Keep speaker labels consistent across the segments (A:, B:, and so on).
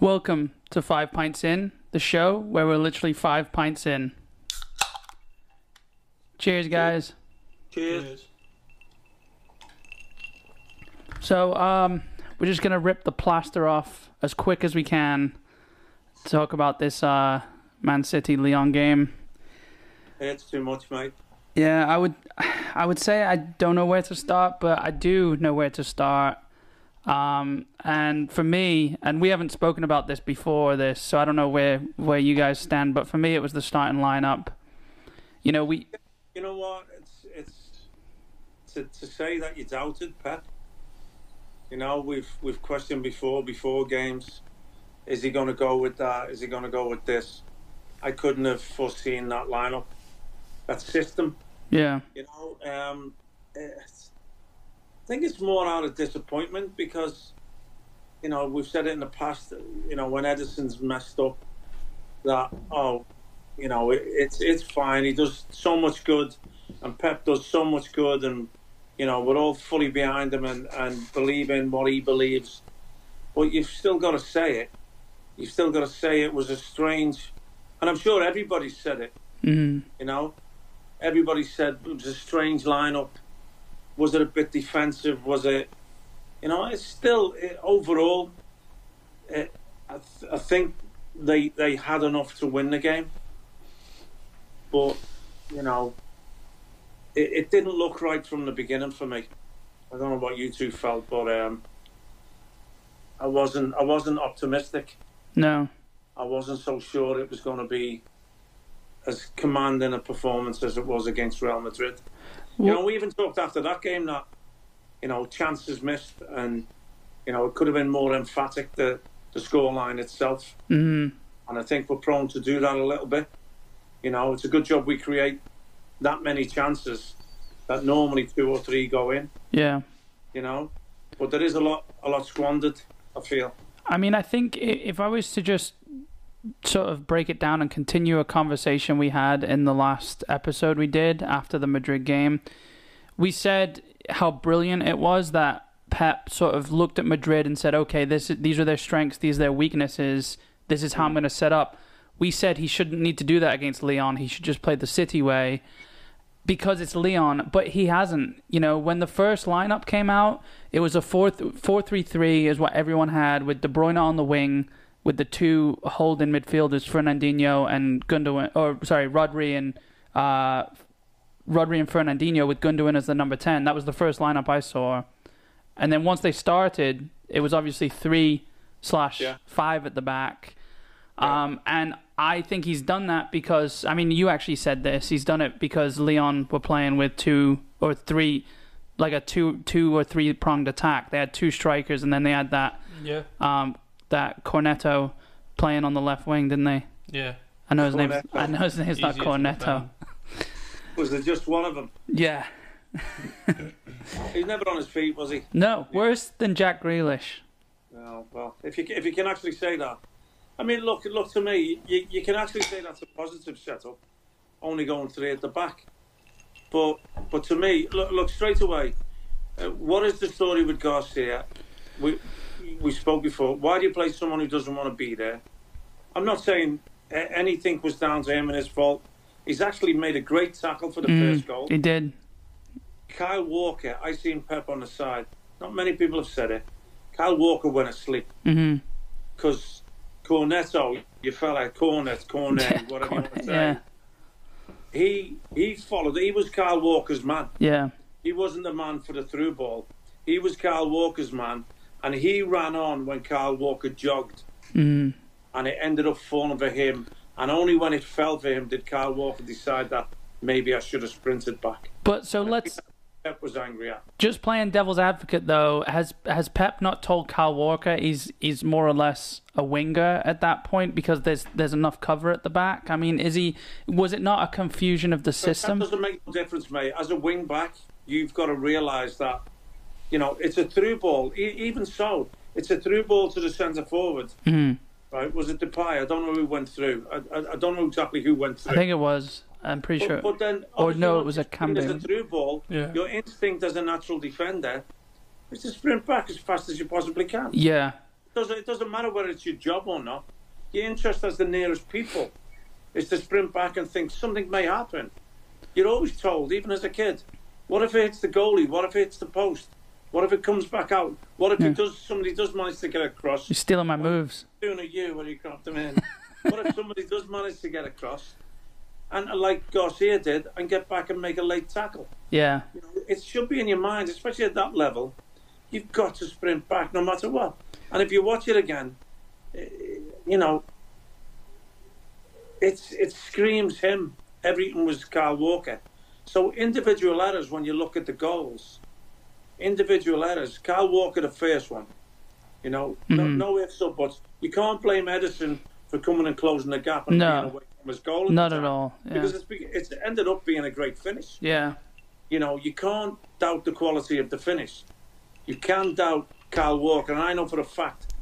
A: Welcome to Five Pints In, the show where we're literally five pints in. Cheers, guys.
B: Cheers.
A: So, um, we're just gonna rip the plaster off as quick as we can. to Talk about this uh, Man City Leon game.
B: That's too much, mate.
A: Yeah, I would, I would say I don't know where to start, but I do know where to start. Um, and for me, and we haven't spoken about this before this, so I don't know where where you guys stand. But for me, it was the starting lineup. You know, we
B: You know what? It's it's to, to say that you doubted Pep. You know, we've we've questioned before before games. Is he going to go with that? Is he going to go with this? I couldn't have foreseen that lineup, that system.
A: yeah,
B: You know, um, it's, I think it's more out of disappointment because, you know, we've said it in the past. You know, when Edison's messed up, that oh, you know, it, it's it's fine. He does so much good, and Pep does so much good, and you know, we're all fully behind him and and believe in what he believes. But you've still got to say it. You've still got to say it was a strange, and I'm sure everybody said it.
A: mm,
B: You know, everybody said it was a strange lineup. Was it a bit defensive? Was it, you know, it's still it, overall. It, I, th- I think they they had enough to win the game, but you know, it, it didn't look right from the beginning for me. I don't know what you two felt, but um, I wasn't I wasn't optimistic.
A: no,
B: I wasn't so sure it was going to be as commanding a performance as it was against Real Madrid. you
A: Well-
B: know, we even talked after that game that you know chances missed, and you know it could have been more emphatic the the scoreline itself.
A: mm,
B: And I think we're prone to do that a little bit. You know, it's a good job we create that many chances that normally two or three go in.
A: yeah.
B: You know, but there is a lot a lot squandered. I feel.
A: I mean, I think i- if I was to just sort of break it down and continue a conversation we had in the last episode we did after the Madrid game, we said how brilliant it was that Pep sort of looked at Madrid and said, "Okay, this is- these are their strengths, these are their weaknesses. This is how I'm going to set up." We said he shouldn't need to do that against Leon. He should just play the City way because it's Leon, but he hasn't. You know, when the first lineup came out, it was a 4 th- 4-3-3 is what everyone had with De Bruyne on the wing with the two holding midfielders Fernandinho and Gundogan or sorry, Rodri and uh Rodri and Fernandinho with Gundogan as the number 10. That was the first lineup I saw. And then once they started, it was obviously 3 slash
B: Yeah.
A: 5 at the back. Um, and I think he's done that because I mean you actually said this. He's done it because Leon were playing with two or three, like a two two or three pronged attack. They had two strikers and then they had that
C: Yeah,
A: um, that Cornetto playing on the left wing, didn't they?
C: yeah.
A: I know his name.
B: Cornetto.
A: I know his name's not
C: Easier to
A: Cornetto.
C: defend.
B: Was there just one of them?
A: Yeah.
B: He's never on his feet, was he?
A: No, worse than Jack Grealish.
B: Oh, well, if you if you can actually say that, I mean, look, look to me, you, you can actually say that's a positive setup, only going three at the back. But but to me, look, look straight away, uh, what is the story with Garcia? We we spoke before. Why do you play someone who doesn't want to be there? I'm not saying uh, anything was down to him and his fault. He's actually made a great tackle for the
A: Mm.
B: first goal.
A: He did.
B: Kyle Walker, I seen Pep on the side. Not many people have said it. Kyle Walker went asleep
A: hmm
B: because Cornetto, your fella, Cornet, Cornet,
A: Yeah,
B: whatever you want to say,
A: Yeah.
B: he he followed. He was Kyle Walker's man.
A: Yeah.
B: He wasn't the man for the through ball. He was Kyle Walker's man, and he ran on when Kyle Walker jogged,
A: Mm.
B: and it ended up falling for him. And only when it fell for him did Kyle Walker decide that maybe I should have sprinted back.
A: But so let's
B: Pep was angry at.
A: just playing devil's advocate though. Has has Pep not told Kyle Walker he's he's more or less a winger at that point because there's there's enough cover at the back? I mean, is he? Was it not a confusion of the system?
B: That doesn't make no difference, mate. As a wing back, you've got to realise that, you know, it's a through ball. E- even so, it's a through ball to the centre forward.
A: Hmm.
B: Right? Was it Depay? I don't know who went through. I, I, I don't know exactly who went through.
A: I think it was. I'm pretty sure.
B: but, but then,
A: or no,
B: obviously,
A: it was a
B: when there's
A: Camden.
B: a through ball.
C: Yeah.
B: Your instinct as a natural defender is to sprint back as fast as you possibly can.
A: Yeah.
B: doesn't it doesn't matter whether it's your job or not. Your interest as the nearest people is to sprint back and think something may happen. You're always told, even as a kid, what if it hits the goalie? What if it hits the post? What if it comes back out? What if
A: Yeah.
B: it does? Somebody does manage to get across.
A: You're stealing my moves.
B: doing a you when you grabbed them in. what if somebody does manage to get across, and uh, like Garcia did, and get back and make a late tackle?
A: Yeah.
B: You know, it should be in your mind, especially at that level. You've got to sprint back no matter what. And if you watch it again, eh, you know, it's it screams him. Everything was Carl Walker. So individual errors when you look at the goals, individual errors. Carl Walker, the first one. You know, no,
A: Mhm.
B: no ifs or buts. You can't blame Edison for coming and closing the gap and
A: No.
B: being away from his goal. the
A: Not at
B: time,
A: all. Yeah.
B: Because it's, be- it's ended up being a great finish
A: Yeah.
B: you know, you can't doubt the quality of the finish. You can doubt Carl Walker, and I know for a fact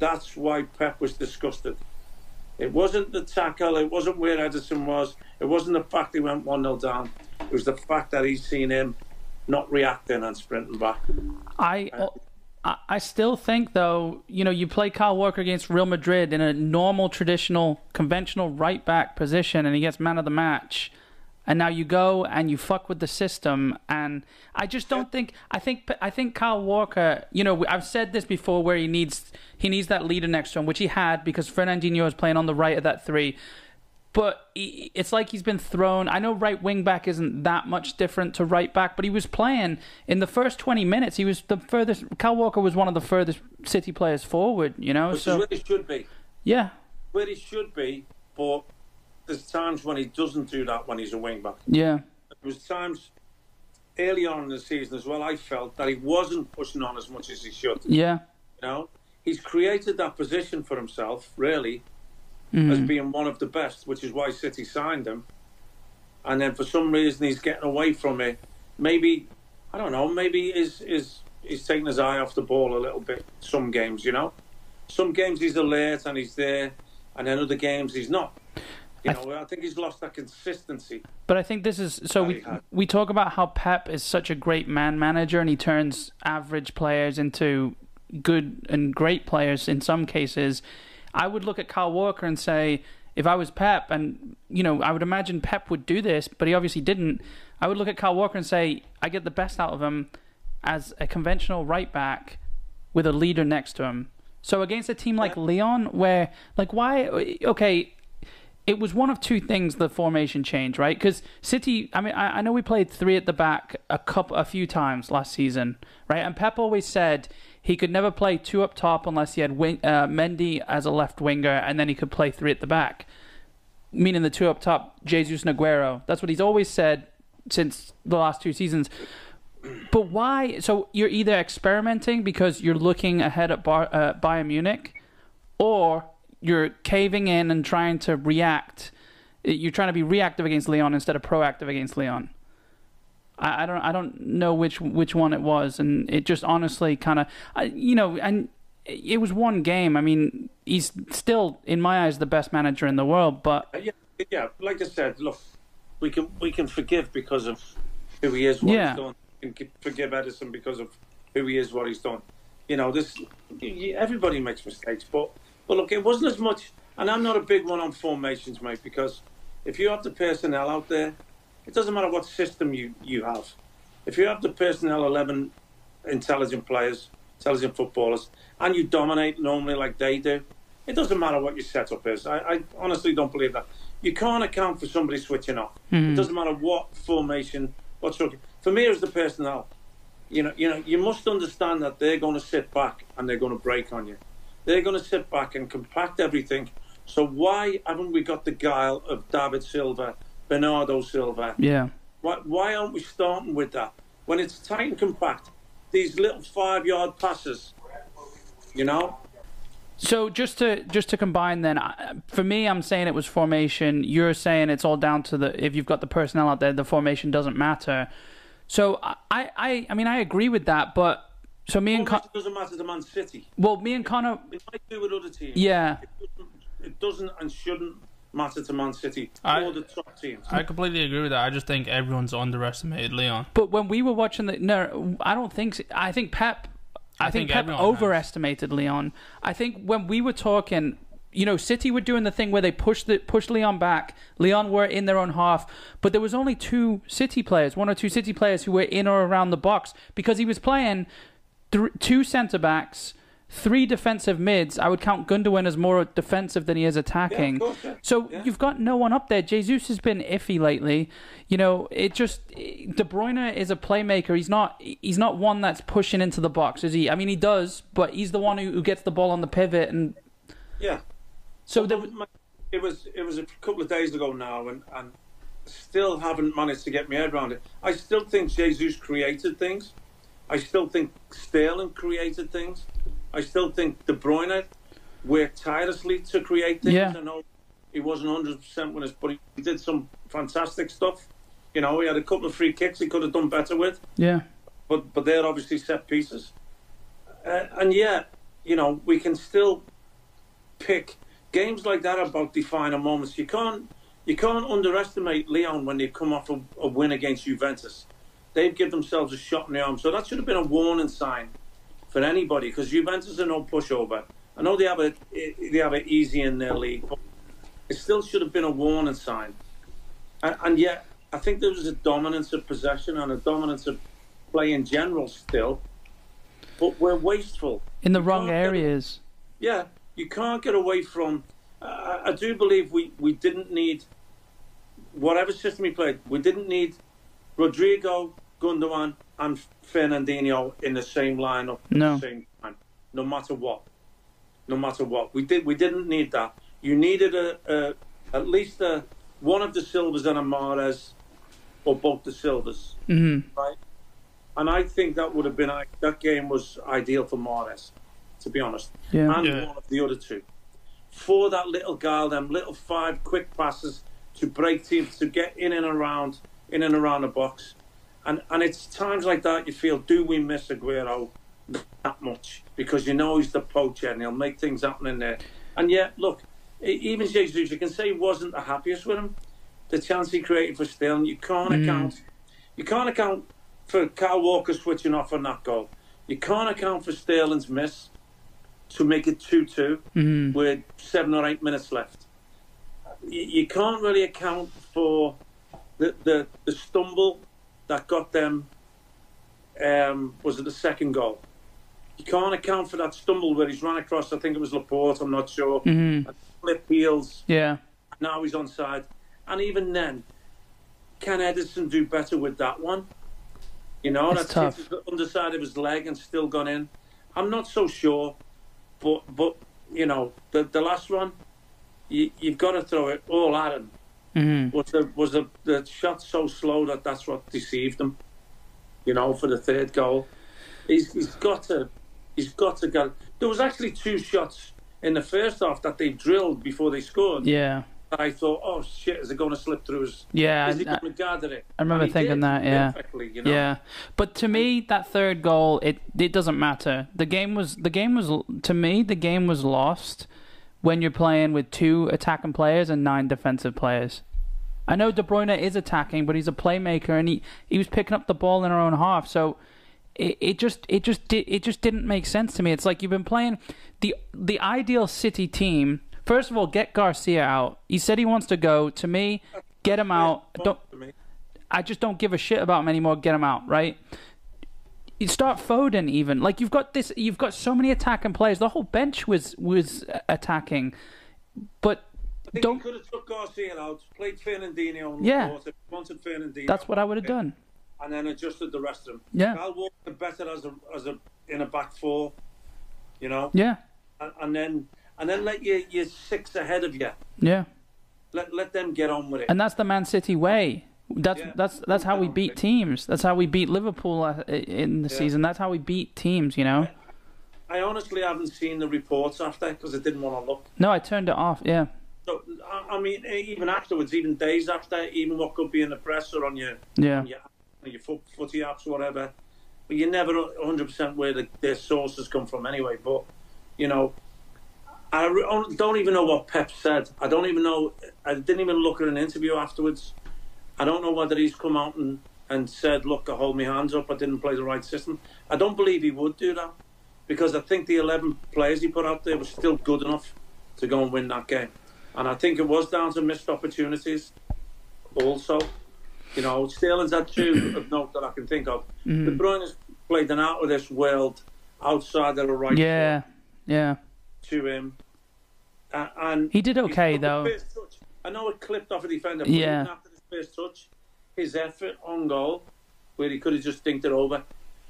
B: that's why Pep was disgusted. It wasn't the tackle, it wasn't where Edison was, it wasn't the fact he went 1 0 down, it was the fact that he'd seen him not reacting and sprinting back.
A: I, I- I still think though, you know, you play Kyle Walker against Real Madrid in a normal, traditional, conventional right back position, and he gets man of the match. And now you go and you fuck with the system, and I just don't think I think I think Kyle Walker. You know, I've said this before, where he needs he needs that leader next to him, which he had because Fernandinho was playing on the right of that three but he, it's like he's been thrown. I know right wing back isn't that much different to right back, but he was playing in the first 20 minutes. He was the furthest. Cal Walker was one of the furthest City players forward, you know?
B: Which is
A: So,
B: where he should be.
A: yeah.
B: Where he should be, but there's times when he doesn't do that when he's a wing back.
A: Yeah.
B: there was times early on in the season as well I felt that he wasn't pushing on as much as he should.
A: Yeah.
B: You know, he's created that position for himself, really, as being one of the best, which is why City signed him. And then for some reason he's getting away from it. Maybe I don't know. Maybe is is he's taking his eye off the ball a little bit. Some games, you know, some games he's alert and he's there, and then other games he's not. You
A: I
B: know, I think he's lost that consistency.
A: But I think this is so we
B: Very hard.
A: we talk about how Pep is such a great man manager and he turns average players into good and great players in some cases. I would look at Carl Walker and say if I was Pep and you know I would imagine Pep would do this, but he obviously didn't. I would look at Carl Walker and say I get the best out of him as a conventional right back with a leader next to him. So against a team like Leon where like why okay it was one of two things the formation change, right? Because City, I mean, I, I know we played three at the back a couple, a few times last season, right? And Pep always said he could never play two up top unless he had wing, uh, Mendy as a left winger, and then he could play three at the back, meaning the two up top, Jesus and Aguero. That's what he's always said since the last two seasons. But why? So you're either experimenting because you're looking ahead at Bar, uh, Bayern Munich, or you're caving in and trying to react. You're trying to be reactive against Leon instead of proactive against Leon. I, I don't I don't know which which one it was, and it just honestly kind of you know, and it was one game. I mean, he's still in my eyes the best manager in the world, but
B: Uh, Yeah, yeah. Like I said, look, we can we can forgive because of who he is, what
A: Yeah.
B: he's done, and can forgive Edison because of who he is, what he's done. You know, this y- y- everybody makes mistakes, but but look, it wasn't as much. And I'm not a big one on formations, mate, because if you have the personnel out there, it doesn't matter what system you you have. If you have the personnel, eleven intelligent players, intelligent footballers, and you dominate normally like they do, it doesn't matter what your setup is. I, I honestly don't believe that. You can't account for somebody switching off. It doesn't matter what formation, what sort of- For me, it was the personnel. You know, you know, you must understand that they're going to sit back and they're going to break on you. They're going to sit back and compact everything. So why haven't we got the guile of David Silva, Bernardo Silva,
A: yeah,
B: why, why aren't we starting with that? When it's tight and compact, these little five yard passes, you know?
A: So just to just to combine then, I- for me, I'm saying it was formation. You're saying it's all down to the if you've got the personnel out there, the formation doesn't matter. So I I I mean I agree with that, but so me and Con-
B: It doesn't matter to Man City.
A: well me and Connor
B: It might do with other teams.
A: yeah
B: It doesn't and shouldn't matter to Man City
C: I-
B: or the top teams.
C: I completely agree with that. I just think everyone's underestimated Leon.
A: But when we were watching the no, I don't think I think Pep I, think, Pep
C: everyone has.
A: overestimated Leon. I think when we were talking, you know, City were doing the thing where they pushed the, pushed Leon back. Leon were in their own half, but there was only two City players, one or two City players who were in or around the box because he was playing th- two centre backs, three defensive mids. I would count Gundogan as more defensive than he is attacking.
B: Yeah, of course, yeah.
A: So
B: Yeah.
A: you've got no one up there. Jesus has been iffy lately. You know, it just De Bruyne is a playmaker. He's not. He's not one that's pushing into the box, is he? I mean, he does, but he's the one who, who gets the ball on the pivot. And
B: Yeah.
A: so there,
B: Well, my- it was it was a couple of days ago now, and, and still haven't managed to get my head around it. I still think Jesus created things. I still think Sterling created things. I still think De Bruyne worked tirelessly to create things.
A: Yeah.
B: I know he wasn't hundred percent with us, but he did some fantastic stuff. You know, he had a couple of free kicks he could have done better with
A: yeah,
B: but but they're obviously set pieces. Uh, and yeah, you know we can still pick games like that about defining moments. You can't you can't underestimate Leon when they come off a, a win against Juventus. They've give themselves a shot in the arm, so that should have been a warning sign for anybody because Juventus are no pushover. I know they have it they have it easy in their league, but it still should have been a warning sign. And, and yet, I think there was a dominance of possession and a dominance of play in general still, but we're wasteful.
A: in the wrong
B: can't get it.
A: areas.
B: Yeah, you can't get away from. I I do believe we, we didn't need whatever system we played. We didn't need Rodrigo, Gundogan, and Fernandinho in the same lineup. at
A: No.
B: the same time, no matter what, no matter what. We did. We didn't need that. You needed a, a at least a one of the Silvers and a Mares, or both the Silvers.
A: Mm-hmm.
B: right? And I think that would have been that game was ideal for Mares, to be honest,
A: Yeah.
B: and
C: Yeah.
B: one of the other two for that little girl, them little five quick passes to break teams to get in and around, in and around the box, and and it's times like that you feel do we miss Aguero that much because you know he's the poacher and he'll make things happen in there, and yet look, e- even Jesus you can say he wasn't the happiest with him, the chance he created for Sterling you can't account, you can't account for Kyle Walker switching off on that goal, you can't account for Sterling's miss to make it 2 2 with seven or eight minutes left. You, you can't really account for the, the, the stumble that got them, um, was it the second goal? You can't account for that stumble where he's run across, I think it was Laporte, I'm not sure, and flip heels,
A: Yeah.
B: now he's onside. And even then, can Edison do better with that one? You know,
A: It's tough.
B: that's hit the underside of his leg and still gone in. I'm not so sure, but but you know, the the last one, you, you've got to throw it all at him.
A: Mm-hmm.
B: Was the was the, the shot so slow that that's what deceived him? You know, for the third goal, he's he's got to he's got to get. There was actually two shots in the first half that they drilled before they scored.
A: Yeah.
B: And I thought, oh shit, is it going to slip through his?
A: Yeah.
B: is he
A: I-
B: going to gather it?
A: I remember
B: And he
A: thinking
B: did
A: that, yeah.
B: perfectly, you know?
A: Yeah, but to me, that third goal it it doesn't matter. The game was the game was to me the game was lost when you're playing with two attacking players and nine defensive players. I know De Bruyne is attacking, but he's a playmaker and he, he was picking up the ball in our own half, so it, it just it just did it just didn't make sense to me. It's like you've been playing the the ideal City team. First of all, get Garcia out. He said he wants to go. To me, get him out. Don't
B: For me.
A: I just don't give a shit about him anymore. Get him out, right? You start Foden even like you've got this. You've got so many attacking players. The whole bench was was uh, attacking, but
B: I think
A: don't.
B: he could have took Garcia out, played Fernandinho on
A: Yeah.
B: the court, if he wanted Fernandinho,
A: That's what I would have done.
B: and then adjusted the rest of them.
A: Yeah.
B: Kyle Walker better as a as a in a back four, you know,
A: Yeah,
B: and, and then and then let your your six ahead of you.
A: yeah,
B: Let let them get on with it.
A: and that's the Man City way. That's
B: Yeah.
A: that's that's how we beat teams. That's how we beat Liverpool uh, i- in the
B: Yeah.
A: season. That's how we beat teams. You know.
B: I honestly haven't seen the reports after because I didn't want to look.
A: No, I turned it off. Yeah,
B: So I, I mean, e, even afterwards, even days after, even what could be in the press or on your
A: yeah,
B: your, your foot, footy apps, whatever. But you never 100% where the, their sources come from anyway. But, you know, I re- on- don't even know what Pep said. I don't even know. I didn't even look at an interview afterwards. I don't know whether he's come out and, and said, look, I hold my hands up. I didn't play the right system. I don't believe he would do that. because I think the 11 players he put out there were still good enough to go and win that game. And I think it was down to missed opportunities also. You know, Sterling's had two of note that I can think of. De Bruyne's played an out of this world outside of the right
A: Yeah, yeah.
B: to him. A- and
A: He did okay,
B: After
A: though.
B: first touch- I know it clipped off a defender, but
A: Yeah.
B: even after his first touch, his effort on goal, where he could have just dinked it over,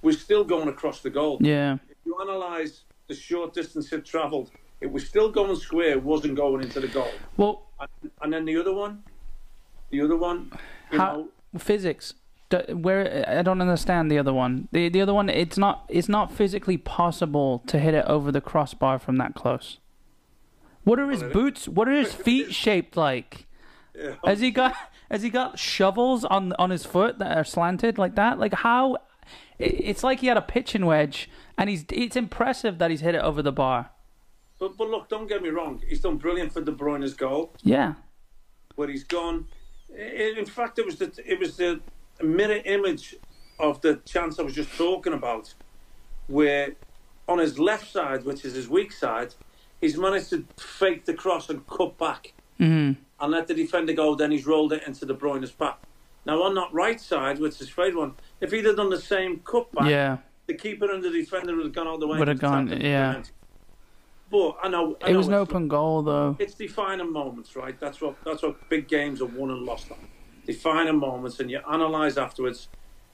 B: was still going across the goal.
A: Yeah.
B: If you analyse the short distance it travelled, it was still going square, wasn't going into the goal.
A: Well,
B: And, and then the other one, the other one, you
A: how
B: know,
A: physics? D- Where I don't understand the other one. The the other one, it's not it's not physically possible to hit it over the crossbar from that close. What are his
B: it is.
A: boots? What are his feet shaped like?
B: Yeah.
A: Has he got has he got shovels on on his foot that are slanted like that? Like how? i- It's like he had a pitching wedge, and he's it's impressive that he's hit it over the bar.
B: But, but look, don't get me wrong. He's done brilliant for De Bruyne's goal,
A: Yeah,
B: where he's gone. In in fact, it was the it was the mirror image of the chance I was just talking about, where on his left side, which is his weak side, he's managed to fake the cross and cut back
A: Mm-hmm.
B: and let the defender go. Then he's rolled it into De Bruyne's back. Now on that right side, which is fade one, if he'd have done the same cut back,
A: yeah.
B: the keeper and the defender would have gone all the way.
A: Would have
B: and tapped
A: gone,
B: it.
A: yeah.
B: But I know I
A: It
B: know
A: was an
B: it's-
A: open goal though.
B: it's defining moments, right? That's what that's what big games are won and lost on. Defining moments, and you analyse afterwards,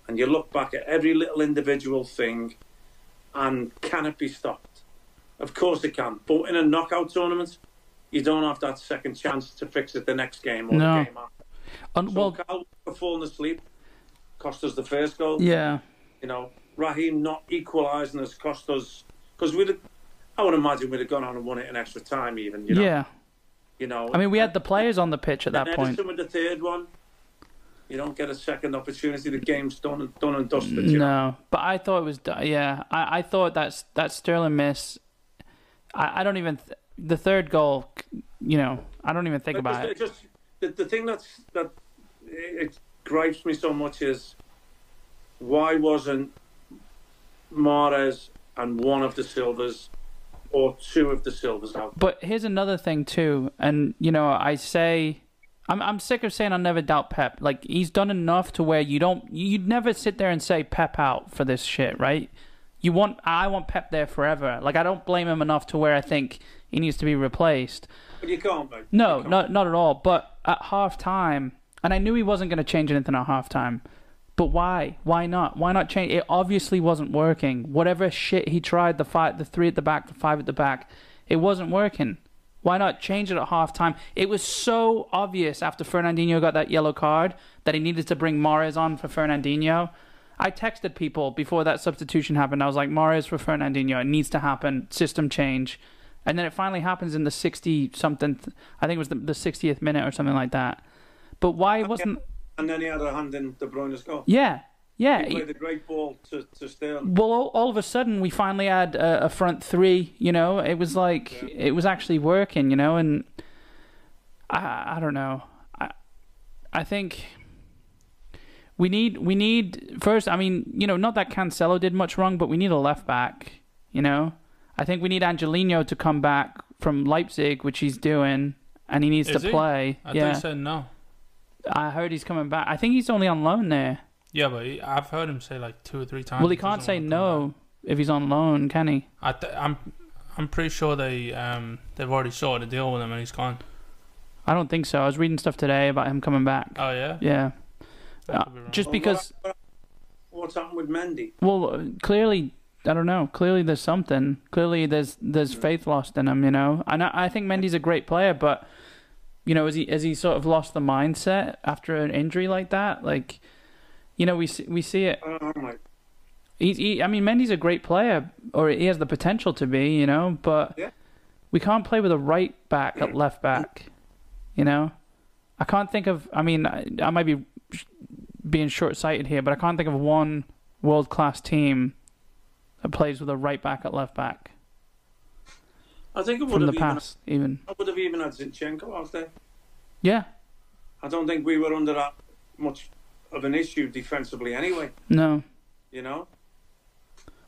B: and you look back at every little individual thing, and can it be stopped? Of course it can. But in a knockout tournament, you don't have that second chance to fix it the next game or
A: No.
B: the game after.
A: Un-
B: So
A: well,
B: Kyle Walker falling asleep cost us the first goal.
A: yeah.
B: You know, Raheem not equalising us cost us because we'd. have- I would imagine we'd have gone on and won it in extra time, even. You know,
A: Yeah.
B: You know,
A: I mean, we had the players on the pitch at that
B: and
A: point.
B: Edison with the third one. You don't get a second opportunity. The game's done and done and dusted. you know.
A: No, but I thought it was. d- Yeah, I, I thought that's that Sterling miss. I, I don't even th- the third goal. You know, I don't even think
B: But
A: about
B: just,
A: it.
B: just- the, the thing that's that it gripes me so much is why wasn't Mares and one of the Silvers or two of the Silvers out?
A: But here's another thing too, and you know, I say, I'm I'm sick of saying I never doubt Pep. Like he's done enough to where you don't, you'd never sit there and say Pep out for this shit, right? You want, I want Pep there forever. Like I don't blame him enough to where I think he needs to be replaced.
B: But you can't, mate.
A: No, not not at all. But at half time, and I knew he wasn't going to change anything at half time. But why? Why not? Why not change? It obviously wasn't working. Whatever shit he tried, the five, the three at the back, the five at the back, it wasn't working. Why not change it at half time? It was so obvious after Fernandinho got that yellow card that he needed to bring Mares on for Fernandinho. I texted people before that substitution happened. I was like, Mares for Fernandinho. It needs to happen. System change. And then it finally happens in the 60 something, I think it was the, the 60th minute or something like that. But why wasn't.
B: And then he had a hand in De Bruyne's goal.
A: Yeah. Yeah.
B: He played a great ball to, to Sterling.
A: well, all, all of a sudden, we finally had a, a front three. You know, it was like it was actually working. You know, and I, I don't know. I, I think we need we need first. I mean, you know, not that Cancelo did much wrong, but we need a left back. You know, I think we need Angelino to come back from Leipzig, which he's doing, and he needs
C: Is
A: to
C: he?
A: play.
C: I
A: yeah,
C: think so. No.
A: I heard he's coming back. I think he's only on loan there.
C: Yeah, but he, I've heard him say like two or three times.
A: Well, he
C: doesn't
A: can't say
C: wanna come
A: no if he's on loan, can he?
C: back. I th- I'm I'm pretty sure they um they've already sorted a deal with him and he's gone.
A: I don't think so. I was reading stuff today about him coming back.
C: Oh yeah.
A: Yeah.
C: That
A: Uh,
C: could be wrong.
A: just because,
B: What's happened with Mendy?
A: well, uh, clearly, I don't know. Clearly, there's something. Clearly, there's there's faith lost in him. You know, and I, I think Mendy's a great player, but you know, is he is he sort of lost the mindset after an injury like that? Like, you know, we see, we see it.
B: Oh my!
A: He's, he, I mean, Mendy's a great player, or he has the potential to be. You know, but
B: Yeah.
A: we can't play with a right back at left back. You know, I can't think of. I mean, I, I might be sh- being short-sighted here, but I can't think of one world-class team that plays with a right back at left back
B: I think it would
A: from the
B: have even,
A: past. Even
B: I would have even had Zinchenko out there.
A: yeah,
B: I don't think we were under that much of an issue defensively anyway,
A: no,
B: you know.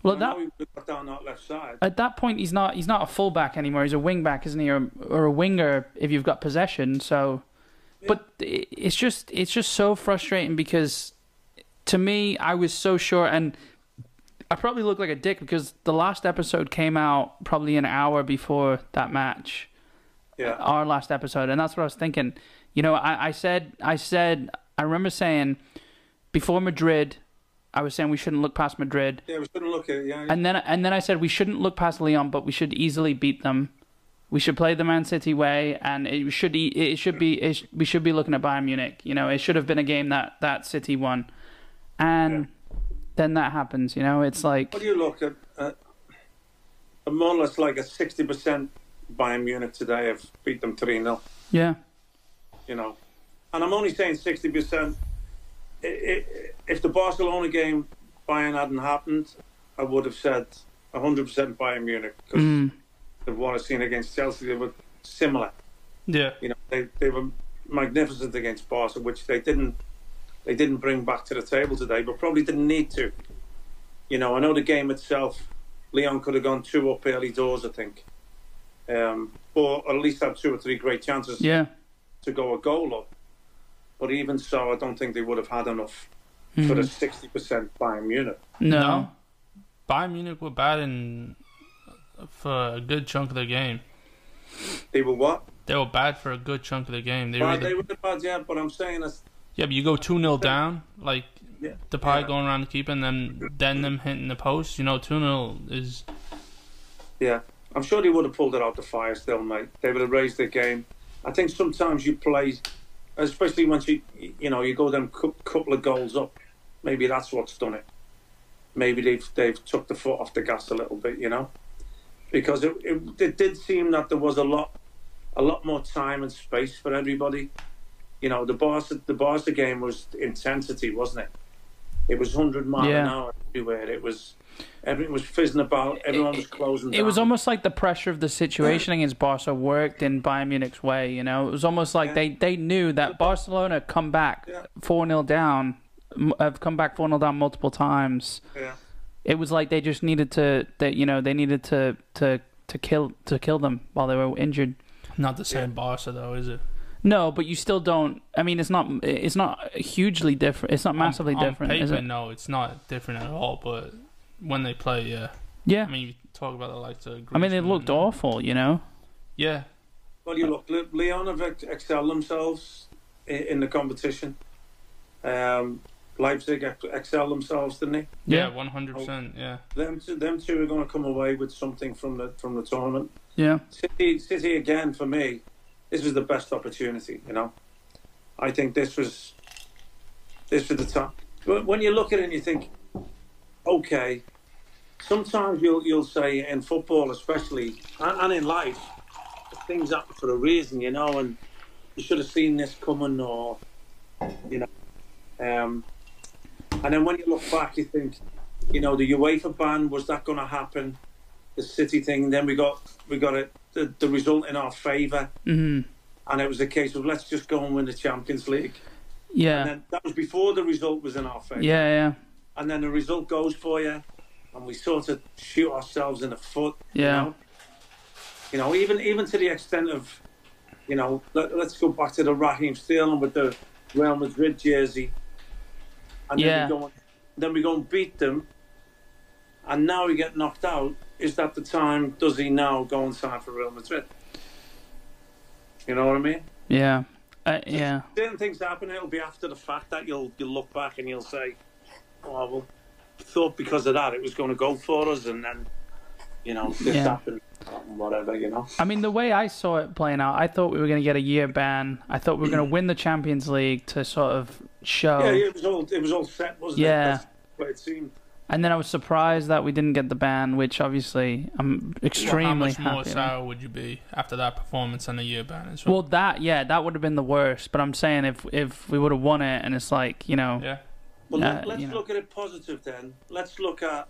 A: Well,
B: I
A: at that
B: know he got down that left side.
A: at that point, he's not he's not a fullback anymore. He's a wing back, isn't he, or, or a winger if you've got possession. So, but i- it's just it's just so frustrating because to me, I was so sure, and I probably look like a dick because the last episode came out probably an hour before that match
B: Yeah.
A: our last episode, and that's what I was thinking. You know, I, I said, I said, I remember saying before Madrid, I was saying we shouldn't look past Madrid,
B: Yeah, we shouldn't look at it. Yeah,
A: and then and then I said we shouldn't look past Leon, but we should easily beat them. We should play the Man City way, and it should e- it should be it, sh- we should be looking at Bayern Munich. You know, it should have been a game that that City won, and then that happens. You know, it's like
B: what do you look at? Uh, more or less like a 60% Bayern Munich today have beat them 3 0,
A: yeah,
B: you know. And I'm only saying 60%. I- I- If the Barcelona game Bayern hadn't happened, I would have said 100% Bayern Munich because
A: mm,
B: the what I've seen against Chelsea, they were similar.
C: Yeah.
B: You know, they, they were magnificent against Barca, which they didn't they didn't bring back to the table today, but probably didn't need to. You know, I know the game itself, Leon could have gone two up early doors, I think, um, or at least had two or three great chances
A: yeah,
B: to go a goal up. But even so, I don't think they would have had enough for
C: Mm-hmm.
B: the
A: Mhm.
B: sixty percent Bayern Munich.
A: no,
C: Bayern Munich were bad in for a good chunk of the game.
B: They were what?
C: They were bad for a good chunk of the game. They were
B: Well,
C: either-
B: they were the bad, yeah. But I'm saying that's
C: yeah, but you go two 0 down, like
B: Yeah.
C: the pie
B: Yeah.
C: going around the keeper, and then then them hitting the post. You know, two 0 is
B: Yeah, I'm sure they would have pulled it out the fire still, mate. They would have raised their game. I think sometimes you play, especially once you you know you go them cou- couple of goals up. Maybe that's what's done it. Maybe they've they've took the foot off the gas a little bit, you know, because it it, it did seem that there was a lot a lot more time and space for everybody. You know, the Barca the Barca game was intensity, wasn't it? It was hundred mile an
A: Yeah.
B: hour everywhere. It was. Everything was fizzing about. Everyone was closing.
A: It was
B: down.
A: almost like the pressure of the situation against Barca worked in Bayern Munich's way. You know, it was almost like
B: Yeah.
A: they, they knew that Barcelona come back
B: Yeah.
A: four 0 down, m- have come back four 0 down multiple times.
B: Yeah.
A: It was like they just needed to that you know they needed to to to kill to kill them while they were injured.
C: not the same Barca though, is it?
A: No, but you still don't. I mean, it's not it's not hugely different. It's not massively
C: on, on
A: different,
C: Paper,
A: is it?
C: No, it's not different at all. But when they play, yeah.
A: Yeah.
C: I mean, you talk about the like the.
A: I mean, they looked awful. You know.
C: Yeah,
B: Well, you look, Le- Leon have ex- excelled themselves in, in the competition. Um, Leipzig ex- excelled themselves, didn't they?
C: yeah, one hundred percent. Yeah,
B: Them two, them two are going to come away with something from the from the tournament.
A: Yeah.
B: City, City again for me. This was the best opportunity, you know. I think this was this was the time. When when you look at it and you think, okay, sometimes you'll you'll say in football, especially and, and in life, things happen for a reason, you know, and you should have seen this coming, or you know, um, and then when you look back, you think, you know, the UEFA ban was that going to happen? The City thing, then we got we got it the, the result in our favour,
A: hmm
B: and it was a case of let's just go and win the Champions League. And
A: Yeah.
B: then that was before the result was in our favour.
A: Yeah. Yeah.
B: And then the result goes for you, and we sort of shoot ourselves in the foot.
A: Yeah.
B: You know, you know even even to the extent of, you know, let, us go back to the Raheem Sterling with the Real Madrid jersey, and then
A: Yeah.
B: we go and, then we go and beat them, and now we get knocked out. Is that the time? Does he now go and sign for Real Madrid? You know what I mean?
A: Yeah. Uh, yeah.
B: certain things happen. It'll be after the fact that you'll you'll look back and you'll say, "Oh, well, thought because of that it was going to go for us," and then you know this
A: Yeah.
B: happened, whatever you know.
A: I mean, the way I saw it playing out, I thought we were going to get a year ban. I thought we were going to win the Champions League to sort of show.
B: Yeah, it was all it was all set, wasn't
A: Oh. Yeah.
B: it? That's what it seemed.
A: And then I was surprised that we didn't get the ban, which obviously I'm
C: how
A: extremely
C: much more
A: happy. about.
C: sour would you be after that performance and a year ban as well?
A: Well, that yeah, that would have been the worst. But I'm saying if if we would have won it, and it's like you know,
C: yeah,
B: But
A: Uh,
B: let, let's
A: you know.
B: look at it positive then. Let's look at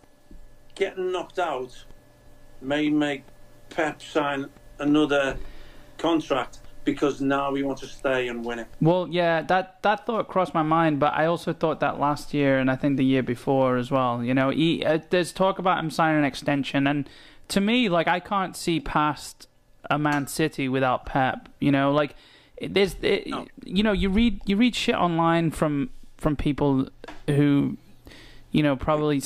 B: getting knocked out may make Pep sign another contract because now we want to stay and win it.
A: Well, yeah, that that thought crossed my mind, but I also thought that last year and I think the year before as well. You know, he, uh, there's talk about him signing an extension, and to me, like I can't see past a Man City without Pep. You know, like there's, it,
B: No.
A: you know, you read you read shit online from from people who, you know, probably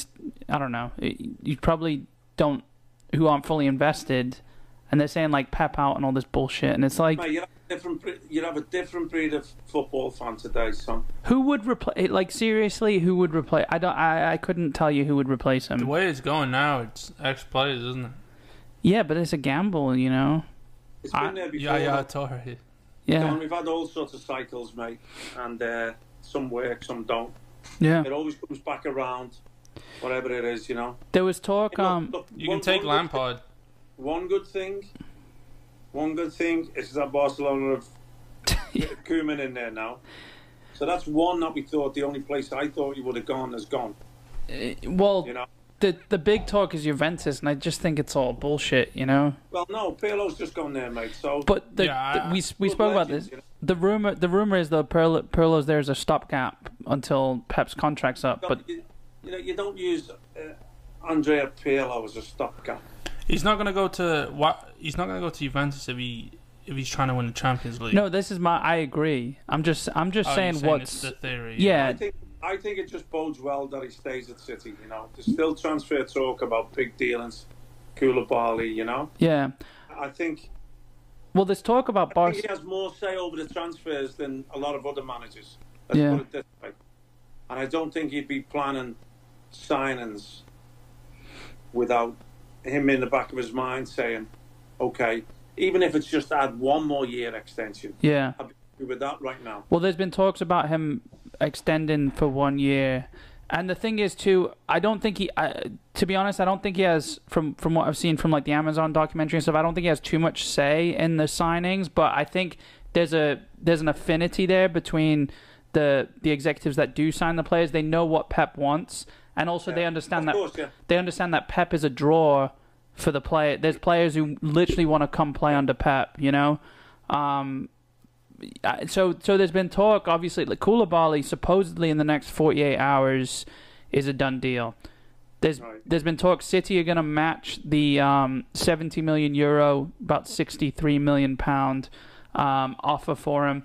A: I don't know, eh, you probably don't who aren't fully invested, and they're saying like Pep out and all this bullshit, and it's like.
B: Mate, you have a different, bre- you have a different breed of football fan today, son.
A: Who would replace? Like seriously, who would replace? I don't. I, I couldn't tell you who would replace
C: The
A: him.
C: way it's going now, it's ex players, isn't it?
A: Yeah, but it's a gamble, you know.
B: It's
A: I-
B: been there before.
C: Yeah, yeah, Torre.
B: Don,
A: Yeah,
B: we've had all sorts of cycles, mate, and uh, some work, some don't.
A: yeah.
B: It always comes back around, whatever it is, you know.
A: There was talk.
B: Look,
A: Um,
B: look,
C: You
B: one-
C: can take
B: one good-
C: Lampard.
B: One good thing, one good thing is that Barcelona have put Koeman in there now. So that's one that we thought the only place I thought he would have gone has gone.
A: eh, well,
B: You know.
A: the the big talk is Juventus, and I just think it's all bullshit, you know.
B: Well, no, Pirlo's just gone there, mate. So
A: But the,
C: Yeah,
A: the-
C: I-
A: we s- we
B: Good
A: spoke about
B: legends,
A: this.
B: you know.
A: The rumor the rumor is though Perlo, Perlo's there as a stopgap until Pep's contract's up. But
B: Don't- you, you know, you don't use uh, Andrea Pirlo as a stopgap.
C: He's not gonna go to what? He's not gonna go to Juventus if he if he's trying to win the Champions League.
A: no, this is my. I agree. I'm just I'm just
C: Oh, you're
A: saying,
C: it's
A: what's
C: the theory?
A: yeah
B: I think I think it just bodes well that he stays at City. You know, there's still transfer talk about big dealings, Koulibaly. You know,
A: yeah.
B: I think
A: Well, there's talk about
B: I
A: Barca.
B: think he has more say over the transfers than a lot of other managers. Let's
A: Yeah.
B: put it this way. And I don't think he'd be planning signings without him in the back of his mind saying, okay, even if it's just add one more year extension,
A: Yeah.
B: I'd be happy with that right now.
A: Well, there's been talks about him extending for one year, and the thing is, too, I don't think he. I, to be honest, I don't think he has from from what I've seen from like the Amazon documentary and stuff. I don't think he has too much say in the signings, but I think there's a there's an affinity there between the the executives that do sign the players. They know what Pep wants, and also they understand that
B: of course, yeah.
A: they understand that Pep is a draw for the player. There's players who literally want to come play under Pep, you know. Um, I- so so there's been talk. Obviously, like Koulibaly supposedly in the next 48 hours is a done deal. There's
B: Right.
A: there's been talk City are going to match the um, 70 million euro, about 63 million pound um, offer for him.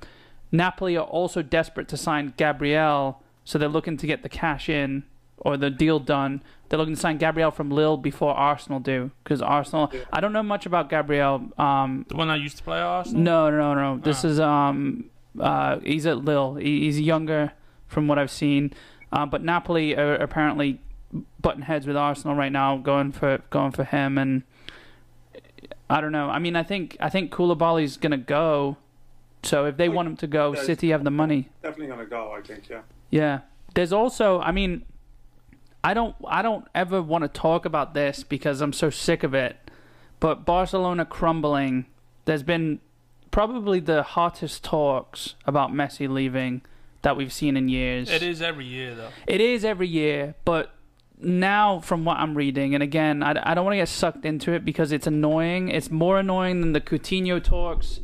A: Napoli are also desperate to sign Gabriel, so they're looking to get the cash in or the deal done. They're looking to sign Gabriel from Lille before Arsenal do, because Arsenal.
B: Yeah.
A: I don't know much about Gabriel. Um,
C: the one that used to play at Arsenal.
A: no, no, no. This
C: Ah.
A: is um, uh, he's at Lille. He, he's younger from what I've seen, um, but Napoli are apparently button heads with Arsenal right now, going for going for him. And I don't know. I mean, I think I think Koulibaly's gonna go. So if they
B: Oh,
A: want him to go,
B: yeah,
A: City have the money.
B: Definitely going to go, I think, yeah.
A: Yeah. There's also, I mean, I don't I don't ever want to talk about this because I'm so sick of it. But Barcelona crumbling, there's been probably the hottest talks about Messi leaving that we've seen in years.
C: It is every year though.
A: It is every year, but now from what I'm reading, and again, I, I don't want to get sucked into it because it's annoying. It's more annoying than the Coutinho talks.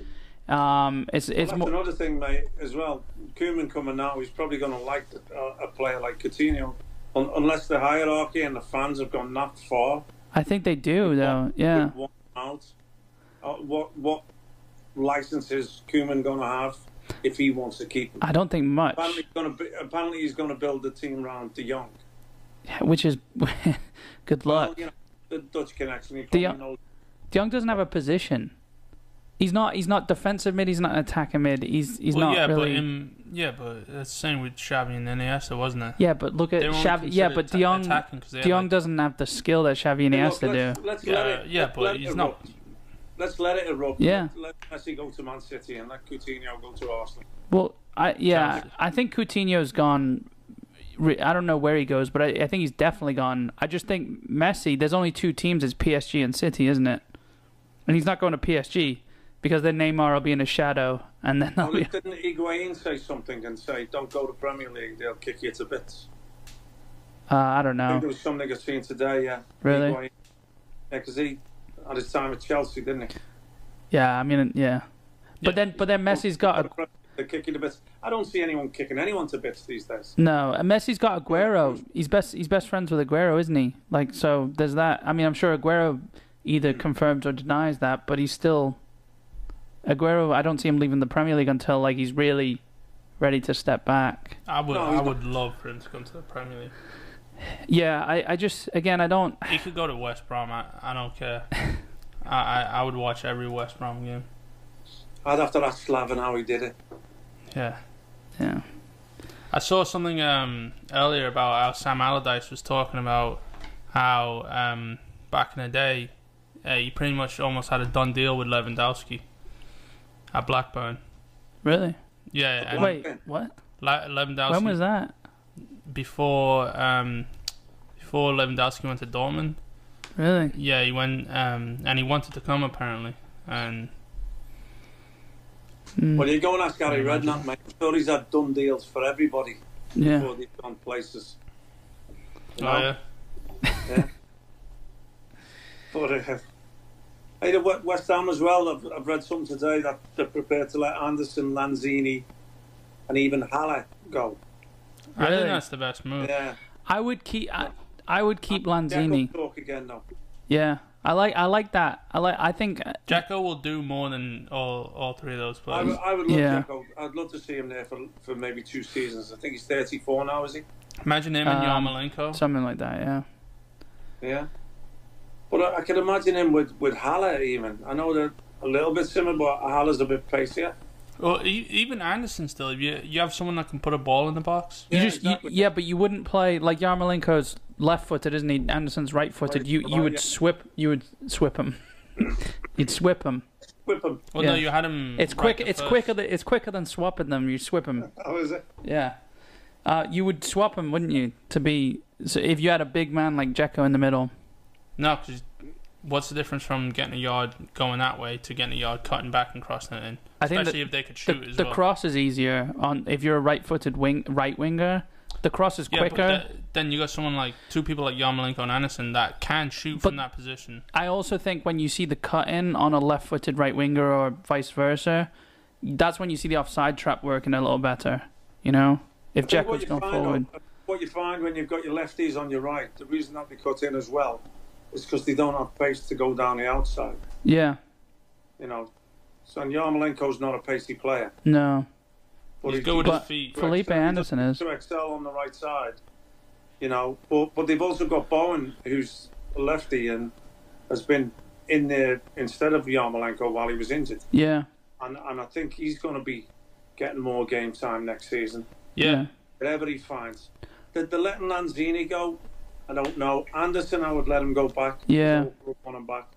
A: Um, it's it's
B: That's
A: more
B: another thing, mate, as well. Koeman coming now, he's probably going to like uh, a, a player like Coutinho, un- unless the hierarchy and the fans have gone that far.
A: I think they do though. Yeah.
B: One out. Uh, what what license is Koeman going to have if he wants to keep him?
A: I don't think much.
B: Apparently, he's going to apparently he's going to build the team around De Jong.
A: which is good
B: Well,
A: luck.
B: you know, the Dutch connection. He
A: De
B: probably
A: Jong-
B: knows.
A: De Jong doesn't have a position. He's not. He's not defensive mid. He's not an attacker mid. He's he's
C: well,
A: not
C: yeah,
A: really.
C: but in, yeah, but that's the same with Xavi and Iniesta, wasn't it?
A: yeah, but look at
C: They were only
A: Xavi. Yeah,
C: considered
A: but
C: atta-
A: De Jong, De
C: attacking 'cause they had,
A: Jong
C: like,
A: doesn't have the skill that Xavi and
B: Look,
A: Iniesta
B: let's,
A: do.
B: let's
C: Yeah,
B: let it.
C: yeah,
B: let's
C: but
B: let
C: he's
B: it
C: not-
B: erupt. Let's let it erupt.
A: Yeah.
B: Let, let Messi go to Man City and let Coutinho go to Arsenal.
A: Well, I yeah,
C: Chelsea.
A: I think Coutinho's gone. re- I don't know where he goes, but I, I think he's definitely gone. I just think Messi. There's only two teams: it's PSG and City, isn't it? And he's not going to PSG because then Neymar will be in his shadow, and then they'll
B: Well,
A: be
B: didn't Higuain say something and say, "Don't go to Premier League; they'll kick you to bits."
A: uh, I don't
B: I think
A: know.
B: there was something I seen today. Yeah,
A: Really?
B: Higuain. Yeah, because he had his time at Chelsea, didn't he?
A: Yeah, I mean, yeah.
C: Yeah.
A: But then, but then Messi's got a,
B: They're kicking to bits. I don't see anyone kicking anyone to bits these days.
A: no. and Messi's got Aguero. He's best. He's best friends with Aguero, isn't he? Like, so there's that. I mean, I'm sure Aguero either confirms or denies that, but he's still Aguero. I don't see him leaving the Premier League until like he's really ready to step back.
C: I would,
B: No, he's
C: I
B: not-
C: would love for him to come to the Premier League.
A: Yeah, I, I just again, I don't.
C: He could go to West Brom. I, I don't care. I, I, I would watch every West Brom game.
B: I'd have to ask Slaven how he did it.
C: Yeah.
A: Yeah,
C: I saw something um, earlier about how Sam Allardyce was talking about how um, back in the day uh, he pretty much almost had a done deal with Lewandowski at Blackburn.
A: really.
C: Yeah, and
A: Wait, what?
C: Le- Lewandowski
A: When was that?
C: before um, before Lewandowski went to Dortmund.
A: Really?
C: Yeah, he went um, and he wanted to come apparently, and
A: Mm,
B: Well, you go and ask Harry Redknapp, mate. I'm sure he's had done deals for everybody
A: yeah.
B: before they've gone places. You know?
C: oh, yeah.
B: But uh, hey, the West- West Ham as well. I've, I've read something today that they're prepared to let Anderson, Lanzini, and even Haller go.
C: I
A: Really?
C: think that's the best move.
B: Yeah,
A: I would keep. I, I would keep
B: They're gonna
A: Lanzini.
B: talk again now.
A: Yeah, I like. I like that. I like. I think. uh,
C: Jacko will do more than all all three of those
B: I
C: players.
B: would- I would love
A: Yeah.
B: to go. I'd love to see him there for for maybe two seasons. I think he's 34 now, is he?
C: Imagine him and
A: Um,
C: Yarmolenko.
A: Something like that, yeah.
B: Yeah. But I, I could imagine him with with Haller even. I know they're a little bit similar, but Haller's a bit pacier.
C: Well, e- even Anderson still. If you you have someone that can put a ball in the box.
A: You
B: Yeah,
A: just,
B: exactly.
A: you, yeah, but you wouldn't play like Yarmolenko's left-footed, isn't he? Anderson's right-footed.
B: Right,
A: You, you
B: right,
A: would
B: yeah.
A: swip, you would swip him. You'd swip him.
B: Whip him.
C: Well, no,
A: Yeah.
C: you had him.
A: It's
C: Mm, right
A: quick.
C: the
A: It's
C: first.
A: quicker. Than, it's quicker than swapping them. You swip him.
B: How is it?
A: Yeah. Uh, you would swap him, wouldn't you? To be so if you had a big man like Jacko in the middle.
C: No, because what's the difference from getting a yard going that way to getting a yard cutting back and crossing it in?
A: I think
C: Especially
A: the,
C: if they could shoot
A: the,
C: as
A: the
C: well.
A: cross is easier on if you're a right-footed wing right winger. The cross is
C: yeah,
A: quicker.
C: but th- then you got someone like two people like Yarmolenko and Anderson that can shoot from that position.
A: I also think when you see the cut in on a left footed right winger or vice versa, that's when you see the offside trap working a little better. You know? If
B: I think what
A: Jekyll's
B: you
A: going
B: find on-
A: forward.
B: what you find when you've got your lefties on your right, the reason that they cut in as well is because they don't have pace to go down the outside.
A: Yeah.
B: You know, so and Yarmolenko's not a pacey player,
A: No.
B: but
C: He's good with
B: to
C: his
A: But-
C: feet.
B: Correct.
A: Felipe
B: So he
A: Anderson is.
B: to excel on the right side. You know, but but they've also got Bowen, who's a lefty and has been in there instead of Yarmolenko while he was injured,
A: Yeah.
B: and and I think he's going to be getting more game time next season.
C: Yeah.
B: whatever he finds. Did they letting Lanzini go? I don't know. Anderson, I would let him go back.
A: Yeah.
B: I want him back.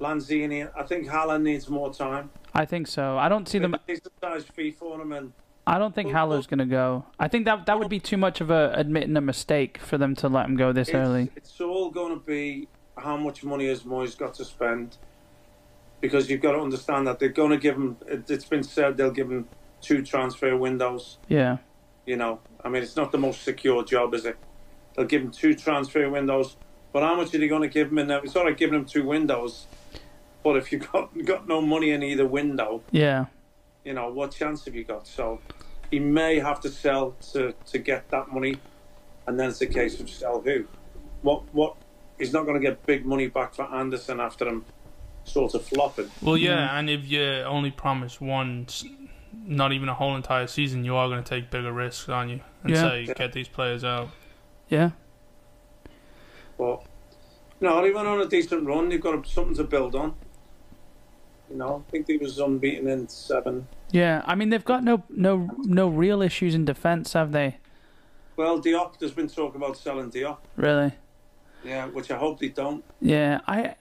B: Lanzini, I think Haaland needs more time.
A: I think so. I don't see them
B: He's a size fee for him, and
A: I don't think
B: Well,
A: Haller's gonna go. I think that that would be too much of a admitting a mistake for them to let him go this
B: it's,
A: early.
B: it's all going to be how much money has Moyes got to spend? Because you've got to understand that they're going to give him. it- It's been said they'll give him two transfer windows.
A: Yeah.
B: You know, I mean, it's not the most secure job, is it? They'll give him two transfer windows, but how much are they going to give him? In there? It's all right giving him two windows, but if you've got got no money in either window,
A: Yeah.
B: you know what chance have you got? So he may have to sell to to get that money, and then it's a case of sell who. What what? He's not going to get big money back for Anderson after him sort of flopping.
C: Well, yeah, and if you only promise one, s- not even a whole entire season, you are going to take bigger risks, aren't you? And
A: Yeah.
C: say, get these players out.
A: Yeah.
B: But no, they went on a decent run. They've got something to build on. You know, I think they was unbeaten in seven.
A: Yeah. I mean they've got no no no real issues in defence, have they?
B: Well, Diop, there's been talk about selling Diop.
A: Really?
B: Yeah, which I hope they don't.
A: Yeah. I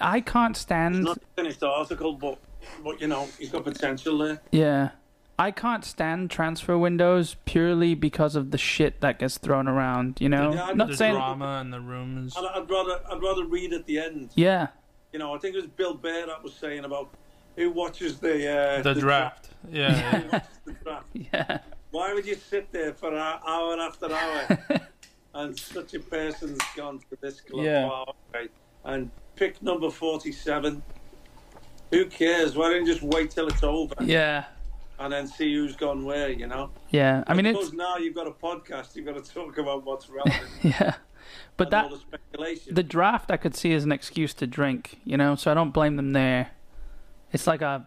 A: I can't
C: Mm.
A: stand
B: Not finished the article, but but you know, he's got potential there.
A: Yeah. I can't stand transfer windows purely because of the shit that gets thrown around, you know?
B: Yeah, I-
A: Not
C: The
A: saying
C: drama and the rumors.
B: I'd, I'd rather I'd rather read at the end.
A: Yeah.
B: You know, I think it was Bill Bear that was saying about who watches the uh,
C: The draft. Yeah.
B: Who watches the draft.
A: Yeah.
B: Why would you sit there for an hour after hour and such a person's gone to this club?
A: Yeah.
B: Oh, okay. And pick number 47. Who cares? Why don't you just wait till it's over
A: Yeah,
B: and then see who's gone where? You know.
A: yeah. I mean,
B: Because
A: it's
B: now you've got a podcast. You've got to talk about what's relevant.
A: yeah, but
B: and
A: that
B: all the speculation.
A: the draft I could see as an excuse to drink, you know. So I don't blame them there. It's like a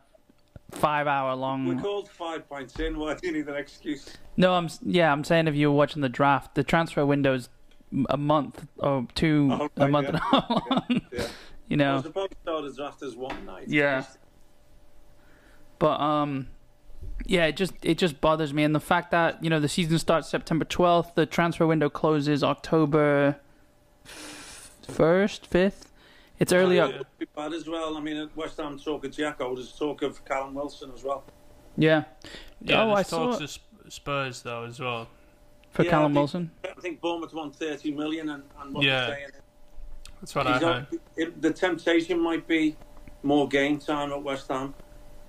A: five-hour
B: we
A: long.
B: called five points in. Why do you need an excuse?
A: No, I'm s- yeah, I'm saying if you were watching the draft, the transfer window's m- a month or two,
B: Oh,
A: a
B: right,
A: month
B: yeah.
A: and a half long,
B: Yeah.
A: you
B: I
A: know.
B: was supposed to start the draft as one night.
A: Yeah. But um, yeah, it just it just bothers me, and the fact that you know the season starts September twelfth, the transfer window closes October first, fifth. It's early.
B: But
A: Oc-
B: as well. I mean, at West Ham talk of Jacko, there's talk of Callum Wilson as well.
A: yeah.
C: Yeah,
A: oh, I
C: there's
A: saw
C: talks
A: it
C: of Sp- Spurs though as well.
A: for
B: Yeah, I
A: Callum
B: think-
A: Wilson.
B: I think Bournemouth won 30 million, and, and what
C: Yeah.
B: they're saying is
C: That's what I
B: he's
C: heard.
B: not- it- the temptation might be more game time at West Ham.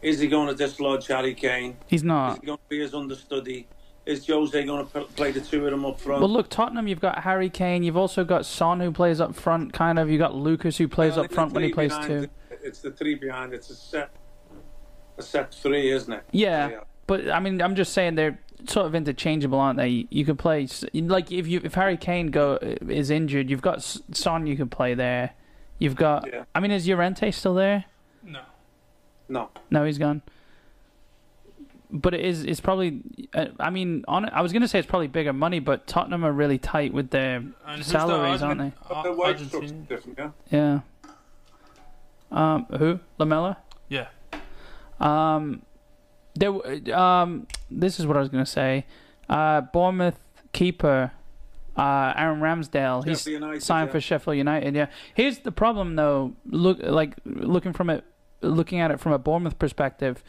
B: Is he going to dislodge Harry Kane?
A: He's
B: Is
A: not.
B: he going to be his understudy? Is Jose going to play the two of them up front?
A: Well, look, Tottenham. You've got Harry Kane. You've also got Son, who plays up front, kind of. You got Lucas, who plays
B: Well,
A: up
B: the
A: front when he
B: three
A: plays
B: behind,
A: two.
B: It's the three behind. It's a set, a set three, isn't it?
A: Yeah, but I mean, I'm just saying they're sort of interchangeable, aren't they? You can play s- like if you if Harry Kane go is injured, you've got S- Son. You can play there. You've got.
B: Yeah.
A: I mean, is Llorente still there?
C: No.
B: No.
A: No, he's gone. But it is. It's probably. uh, I mean, on. I was gonna say it's probably bigger money, but Tottenham are really tight with their
C: And who's the
A: salaries, aren't
C: Argent-
A: they?
B: But
C: Ar-
B: the wage
C: Argentina?
B: structure's different, yeah?
A: Yeah. Um, who? Lamella.
C: Yeah.
A: Um, there. w- Um, this is what I was gonna say. Uh, Bournemouth keeper, uh, Aaron Ramsdale. He's
B: Sheffield United,
A: signed
B: yeah.
A: for Sheffield United. Yeah. Here's the problem, though. Look, like looking from it, looking at it from a Bournemouth perspective,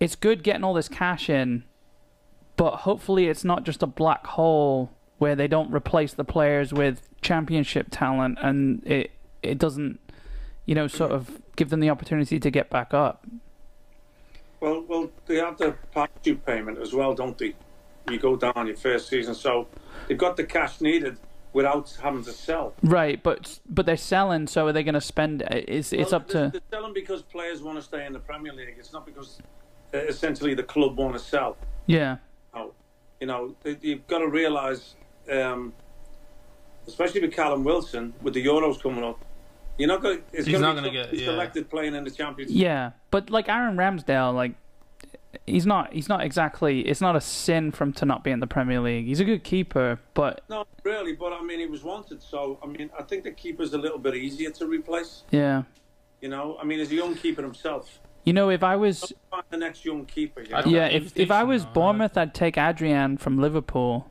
A: it's good getting all this cash in, but hopefully it's not just a black hole where they don't replace the players with championship talent and it it doesn't, you know, sort of give them the opportunity to get back up.
B: Well, well, they have the part due payment as well, don't they? You go down your first season, so they've got the cash needed without having to sell.
A: Right, but but they're selling, so are they going to spend? It's it's
B: Well,
A: up to
B: they're- They're selling because players want to stay in the Premier League. It's not because uh, essentially the club want to sell.
A: yeah,
B: out. You know, th- you've got to realise, um, especially with Callum Wilson, with the Euros coming up, you're not going. It's
C: He's
B: gonna
C: not
B: be tough
C: gonna
B: to
C: get-
B: be
C: yeah.
B: selected playing in the Championship.
A: yeah. But like Aaron Ramsdale, like he's not he's not exactly it's not a sin from to not be in the Premier League. He's a good keeper, but
B: No, really, but I mean, he was wanted, so I mean, I think the keeper's a little bit easier to replace.
A: yeah,
B: You know, I mean, as a young keeper himself,
A: you know, if I was
B: find the next young keeper. You
C: I
B: know?
C: don't-
A: yeah
C: he
A: if
C: was
A: if I
C: decent,
A: was
C: though, I
A: Bournemouth, I'd take Adrian from Liverpool.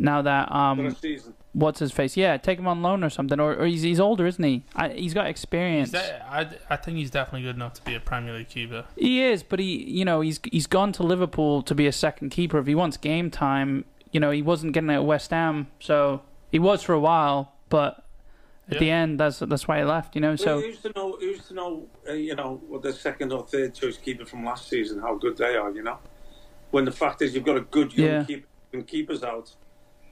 A: Now that
B: For a
A: um,
B: season.
A: what's his face? Yeah, take him on loan or something, or, or he's he's older, isn't he? I, he's got experience.
C: He's de- I, I think he's definitely good enough to be a Premier League keeper.
A: He is, but he, you know, he's he's gone to Liverpool to be a second keeper. If he wants game time, you know, he wasn't getting it at West Ham, so he was for a while, but at
C: Yeah.
A: the end, that's that's why he left. You know,
B: So,
A: so
B: who's to know? Who's to know? Uh, you know, what the second or third choice keeper from last season, how good they are. You know, when the fact is you've got a good young
A: Yeah.
B: keeper and keepers out.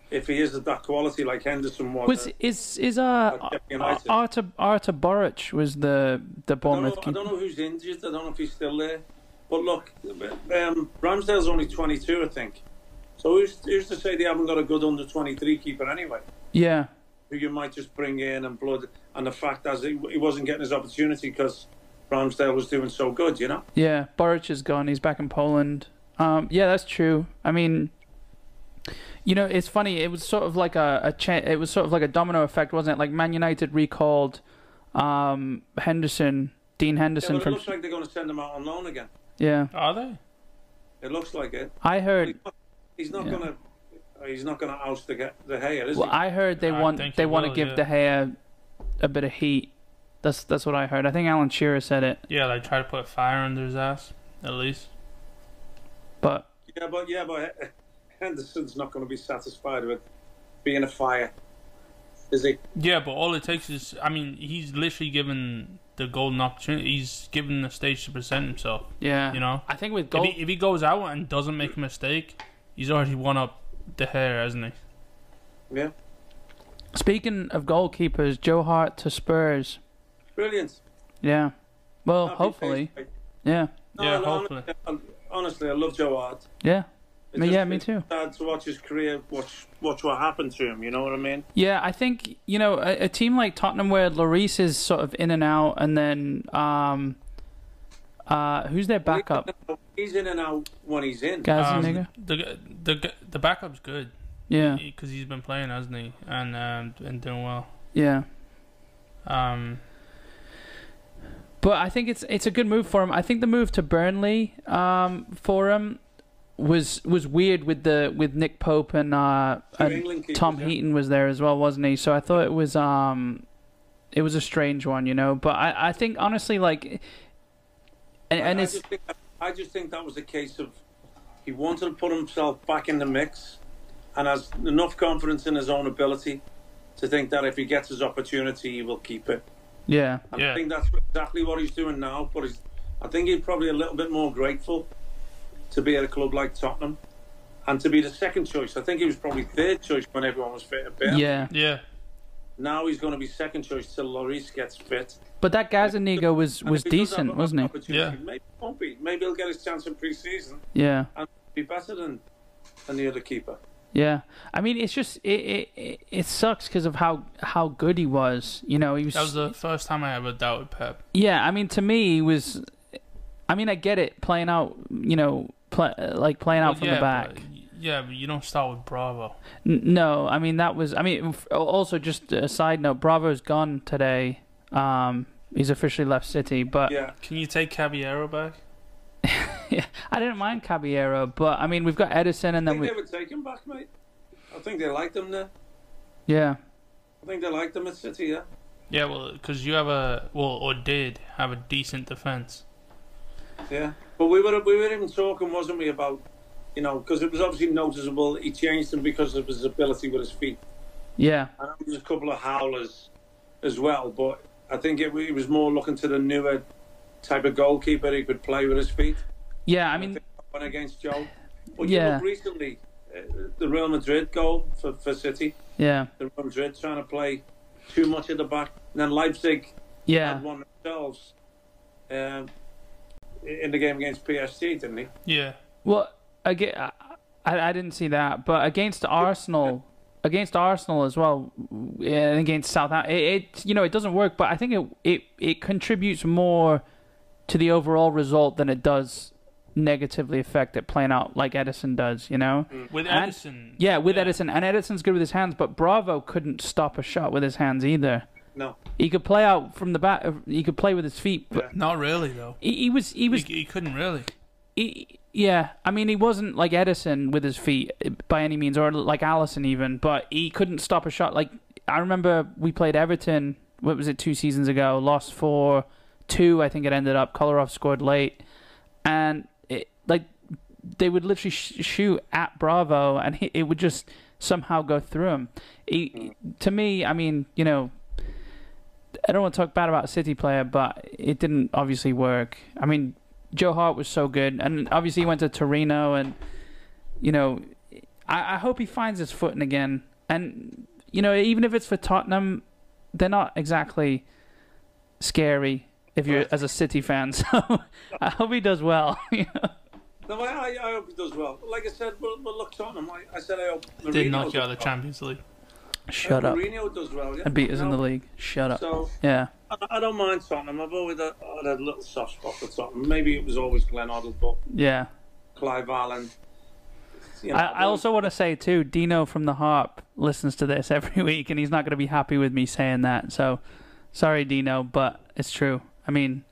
B: If he is of that quality, like Henderson was,
A: was
B: uh,
A: is is uh
B: Sheffield
A: Ar-
B: United.
A: Arta Arta Boric was the the
B: I don't, know,
A: Bournemouth
B: I
A: keeper.
B: don't know who's injured. I don't know if he's still there. But look, um, Ramsdale's only 22, I think. So who's, who's to say they haven't got a good under 23 keeper anyway?
A: Yeah,
B: who you might just bring in and blood. And the fact as he, he wasn't getting his opportunity because Ramsdale was doing so good, you know.
A: yeah. Boric is gone. He's back in Poland. Um, yeah, that's true. I mean, you know, it's funny. It was sort of like a, a cha- it was sort of like a domino effect, wasn't it? Like Man United recalled um, Henderson, Dean
B: Yeah,
A: Henderson
B: but it
A: from
B: looks like they're going to send him out on loan again.
A: yeah.
C: Are they?
B: It looks like it.
A: I heard.
B: He's not
A: Yeah.
B: going to. He's not going to oust the ge- the Gea, is
A: Well, I heard they
C: I
A: want
C: think
A: they
C: he
A: want to
C: will,
A: give
C: yeah.
A: De Gea a bit of heat. That's that's what I heard. I think Alan Shearer said it,
C: Yeah, they try to put fire under his ass, at least.
A: but
B: he? Yeah, but yeah, but H- Henderson's not going to be satisfied with being a fire, is he?
C: Yeah, but all it takes is, I mean, he's literally given the golden opportunity. He's given the stage to present himself.
A: yeah,
C: You know?
A: I think with
C: If
A: goal,
C: he, if he goes out and doesn't make a mistake, he's already won up the hair, hasn't he?
B: Yeah,
A: speaking of goalkeepers, Joe Hart to Spurs.
B: brilliant.
A: Yeah, Well,
B: Happy
A: hopefully,
B: days, mate.
A: yeah,
B: No,
C: Yeah,
B: I-
C: hopefully.
B: Honestly, I, honestly, I love Joe Hart.
A: yeah,
B: It's
A: Me-
B: just-
A: yeah, me
B: it's
A: too.
B: Sad to watch his career, watch watch what happened to him. You know what I mean?
A: yeah. I think you know a, a team like Tottenham where Lloris is sort of in and out, and then um, uh, who's their
B: Um,
A: backup?
B: He's in and out when he's in.
A: Gazaniga.
C: Um, the g- the g- the backup's good
A: yeah,
C: because he's been playing, hasn't he? And um, and doing well.
A: yeah.
C: Um,
A: But I think it's it's a good move for him. I think the move to Burnley um, for him was was weird with the with Nick Pope and uh,
B: New
A: and
B: England keepers,
A: Tom
B: yeah.
A: Heaton was there as well, wasn't he? So I thought it was um it was a strange one, you know. But I, I think honestly like and, and
B: I,
A: it's
B: just think, I just think that was a case of he wanted to put himself back in the mix, and has enough confidence in his own ability to think that if he gets his opportunity, he will keep it.
A: yeah.
B: And
C: Yeah.
B: I think that's exactly what he's doing now. But he's, I think he's probably a little bit more grateful to be at a club like Tottenham and to be the second choice. I think he was probably third choice when everyone was fit. at Bale.
A: Yeah.
C: yeah,
B: Now he's going to be second choice till Lloris gets fit.
A: But that Gazaniga was
B: And
A: was
B: if he does
A: decent,
B: have
A: wasn't he?
B: opportunity,
C: Yeah.
B: Maybe he won't be. Maybe he'll get his chance in pre-season.
A: Yeah.
B: Be better than than the other keeper.
A: Yeah. I mean, it's just it it, it, it sucks because of how how good he was. You know, he was
C: that was the first time I ever doubted Pep.
A: Yeah, I mean, to me, he was. I mean, I get it playing out, you know, play, like playing out
C: Well,
A: from
C: yeah,
A: the back.
C: But, yeah, but you don't start with Bravo.
A: N- no, I mean that was. I mean, f- also just a side note. Bravo's gone today. Um, he's officially left City, but
B: Yeah,
C: Can you take Caballero back?
A: I didn't mind Caballero. But I mean, we've got Edison, and
B: I
A: then
B: think
A: we,
B: they would take him back, mate. I think they liked him there.
A: yeah,
B: I think they liked him at City. Yeah,
C: Yeah, well, because you have a well or did have a decent defense.
B: yeah. But we were we were even talking, wasn't we, about you know because it was obviously noticeable he changed him because of his ability with his feet.
A: yeah,
B: I know there was a couple of howlers as well, but I think it, it was more looking to the newer type of goalkeeper who could play with his feet.
A: yeah. I mean,
B: think that one against Joe. But
A: Yeah.
B: you look recently, uh, the Real Madrid goal for, for City,
A: yeah,
B: the Real Madrid trying to play too much at the back, and then Leipzig
A: yeah,
B: had one themselves um, in the game against PSG, didn't he?
C: Yeah,
A: Well, again, I, I didn't see that, but against Arsenal, against Arsenal as well, and against Southampton, it, it you know it doesn't work. But I think it it it contributes more to the overall result than it does negatively affect it playing out like Edison does. You know.
C: with
A: And-
C: Edison.
A: Yeah, with Edison, and Edison's good with his hands, but Bravo couldn't stop a shot with his hands either.
B: No.
A: He could play out from the back. He could play with his feet, but
C: Not really though.
A: he, he was he
C: He,
A: was
C: he couldn't really.
A: he, yeah, I mean, he wasn't like Edison with his feet by any means, or like Allison even, but he couldn't stop a shot. Like I remember we played Everton. What was it? Two seasons ago, lost four two. I think it ended up. Kolarov scored late, and it, like they would literally sh- shoot at Bravo, and he, it would just somehow go through him. He, to me, I mean, you know, I don't want to talk bad about a City player, but it didn't obviously work. I mean, Joe Hart was so good, and obviously he went to Torino, and you know, I, I hope he finds his footing again. And you know, even if it's for Tottenham, they're not exactly scary if you're as a City fan. So I hope he does well. you know?
B: No, I, I- I hope he does well. Like I said, we'll, we'll look Tottenham. I, I said I hope Mourinho
C: Did knock you
B: does
C: out of the
B: well.
C: Champions League.
B: I
A: Shut
B: hope
A: up
B: Mourinho does well. Yeah.
A: and beat us in
B: No.
A: the league. Shut up.
B: So
A: Yeah,
B: I, I don't mind Tottenham. I've always had, had a little soft spot for Tottenham. Maybe it was always Glenn Hoddle, but
A: yeah.
B: Clive Allen. You know,
A: I, I also want to say too, Dino from the Harp listens to this every week, and he's not going to be happy with me saying that. So, sorry, Dino, but it's true. I mean,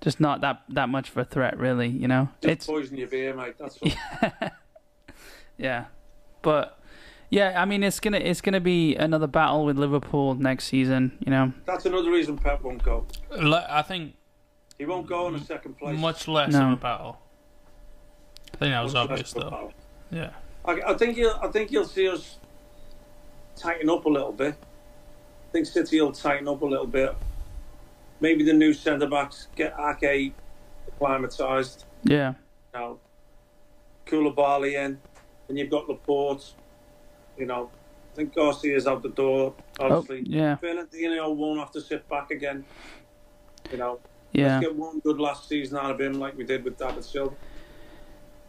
A: just not that that much of a threat, really. You know,
B: just
A: it's
B: poison your beer, mate. That's all.
A: yeah, but yeah, I mean, it's gonna it's gonna be another battle with Liverpool next season. You know,
B: That's another reason Pep won't go.
C: Le- I think
B: He won't go in the second place.
C: much less
A: No.
C: of a battle. I think that was obvious though. Yeah.
B: I, I think you'll. I think you'll see us tighten up a little bit. I think City will tighten up a little bit. Maybe the new centre backs get Ake acclimatised.
A: yeah,
B: You know, Koulibaly in, and you've got Laporte. You know, I think Garcia's out the door.
A: oh,
B: Obviously,
A: yeah,
B: Fernandinho won't have to sit back again. You know,
A: Yeah.
B: Let's get one good last season out of him, like we did with David Silva.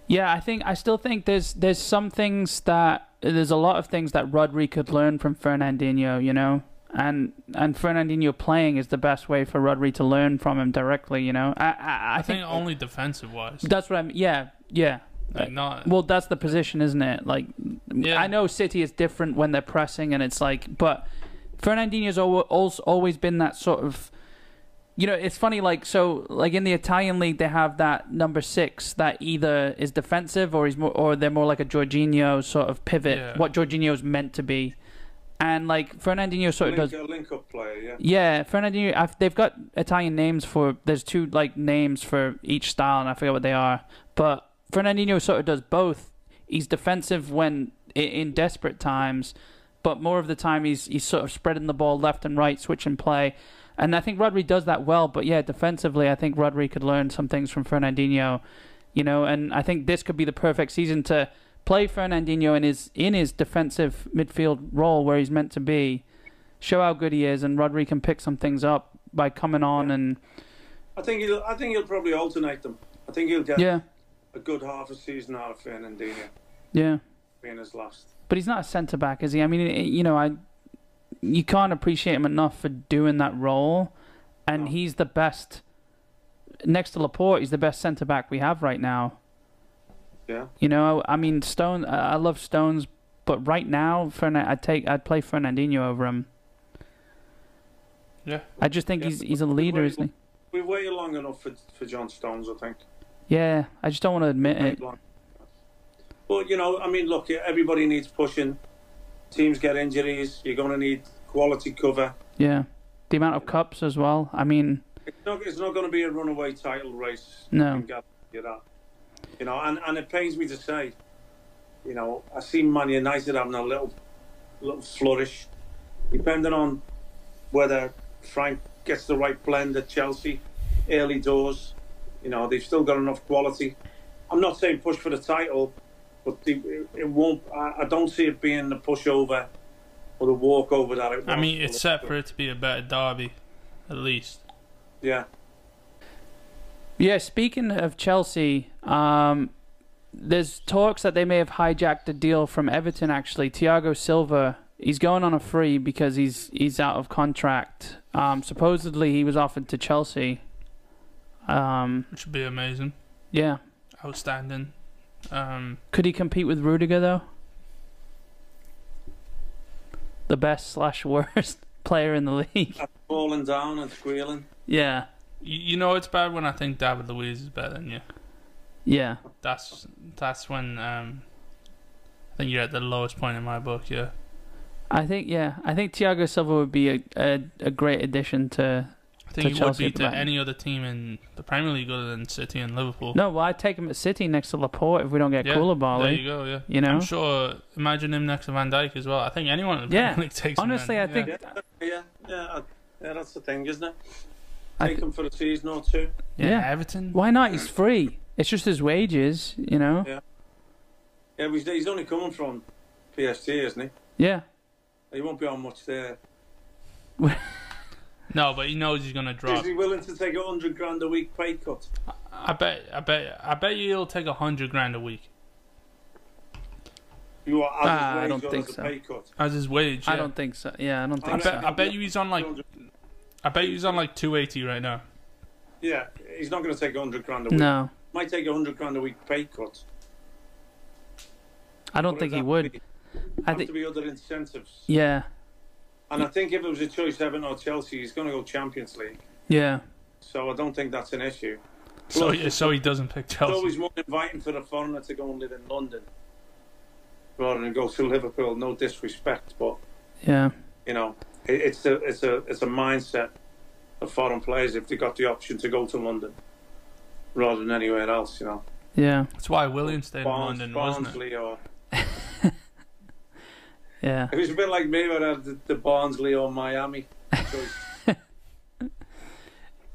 A: Yeah, I think I still think there's there's some things that there's a lot of things that Rodri could learn from Fernandinho, you know, and and Fernandinho playing is the best way for Rodri to learn from him directly, you know. I I,
C: I think only defensive wise.
A: that's what I'm. Yeah, yeah.
C: Like not
A: Well, that's the position, isn't it? Like,
C: Yeah.
A: I know City is different when they're pressing, and it's like, but Fernandinho's al- also always been that sort of, you know, it's funny. Like, so, like in the Italian league, they have that number six that either is defensive or he's more, or they're more like a Jorginho sort of pivot,
C: Yeah.
A: what Jorginho's meant to be, and like Fernandinho sort of does
B: Link, a link up player, yeah.
A: yeah, Fernandinho. I've, they've got Italian names for. There's two like names for each style, and I forget what they are. But Fernandinho sort of does both. He's defensive when i- in desperate times, but more of the time he's he's sort of spreading the ball left and right, switch and play. And I think Rodri does that well. But yeah, defensively, I think Rodri could learn some things from Fernandinho. You know, and I think this could be the perfect season to play Fernandinho in his in his defensive midfield role where he's meant to be show how good he is, and Rodri can pick some things up by coming on and
B: I think he'll. I think he'll probably alternate them. I think he'll get
A: yeah,
B: a good half a season out of Fernandinho
A: yeah.
B: being his last.
A: But he's not a centre back, is he? I mean, it- you know, I you can't appreciate him enough for doing that role, and
B: No.
A: he's the best next to Laporte. He's the best centre back we have right now.
B: Yeah.
A: You know, I mean, Stone. I I love Stones, but right now, Fernan, I'd take, I'd play Fernandinho over him.
C: Yeah.
A: I just think
B: Yeah,
A: he's
B: but
A: he's a
B: what-
A: leader,
B: what-
A: isn't he?
B: We've waited long enough for for John Stones, I think.
A: Yeah, I just don't want to admit
B: Waited
A: it.
B: long. But you know, I mean, look, everybody needs pushing. Teams get injuries. You're going to need quality cover.
A: Yeah, the amount of cups as well. I mean,
B: It's not. It's not going to be a runaway title race.
A: No.
B: I can guarantee You that. You know, and, and it pains me to say, you know, I see Man United having a little, little flourish, depending on whether Frank gets the right blend at Chelsea, early doors. You know, they've still got enough quality. I'm not saying push for the title, but the, it, it won't. I, I don't see it being the pushover or the walkover that it.
C: I
B: was
C: mean it's set for it to be a better derby, at least.
B: Yeah.
A: Yeah, speaking of Chelsea, um, there's talks that they may have hijacked a deal from Everton. Actually, Thiago Silva, he's going on a free because he's he's out of contract. Um, supposedly, he was offered to Chelsea. Um,
C: Which would be amazing.
A: yeah,
C: Outstanding. Um
A: could he compete with Rudiger though? The best slash worst player in the league.
B: Falling down and squealing.
A: Yeah,
C: you, you know it's bad when I think David Luiz is better than you.
A: yeah,
C: That's that's when um I think you're at the lowest point in my book, yeah.
A: I think yeah, I think Thiago Silva would be a a, a great addition to
C: I
A: To
C: think he would
A: Chelsea
C: be
A: at the
C: to
A: moment.
C: any other team in the Premier League other than City and Liverpool.
A: No, well, I'd take him at City next to Laporte if we don't get
C: Yeah, There
A: Koulibaly.
C: you go, yeah.
A: You know,
C: I'm sure. Imagine him next to Van Dyke as well. I think anyone in the
A: Yeah.
C: Premier League takes. him
A: honestly, I
C: then.
A: think
C: Yeah.
B: Yeah, yeah, I- yeah. That's the thing, isn't it?
A: I
B: Take
A: th-
B: him for a season or two.
C: Yeah,
A: Yeah.
C: Everton.
A: why not? He's free. It's just his wages, you know.
B: Yeah. Yeah, he's, he's only coming from PSG, isn't he?
A: Yeah,
B: He won't be on much there.
C: No, but he knows he's gonna
B: Is
C: drop.
B: he willing to take a hundred grand a week pay cut?
C: I bet. I bet. I bet you he'll take a hundred grand a week
B: You are as his
A: Ah, I
B: wage
A: don't
B: or
A: think
B: as a
A: so.
B: Pay cut.
C: as his wage.
A: I
C: yeah.
A: don't think so. Yeah, I don't
C: I
A: think
C: bet.
A: so.
C: I bet you he's on like. I bet you he's on like two eighty right now.
B: Yeah, he's not going to take a hundred grand a week.
A: No,
B: Might take a hundred grand a week pay cut.
A: I don't think he would. I
B: Have to
A: think.
B: be other incentives.
A: Yeah,
B: And I think if it was a choice, Everton or Chelsea, he's going to go Champions League.
A: yeah,
B: So I don't think that's an issue.
C: So
B: Plus,
C: yeah, so he doesn't pick
B: It's
C: Chelsea.
B: always more inviting for a foreigner to go and live in London rather than go to Liverpool. No disrespect, but
A: yeah,
B: you know, it, it's a it's a it's a mindset of foreign players if they got the option to go to London rather than anywhere else. You know,
A: yeah,
C: That's why William stayed in
B: Barnes-
C: London, wasn't it?
B: Barnsley or
A: yeah.
B: it was a bit like me when I had the, the Barnsley or Miami. choice.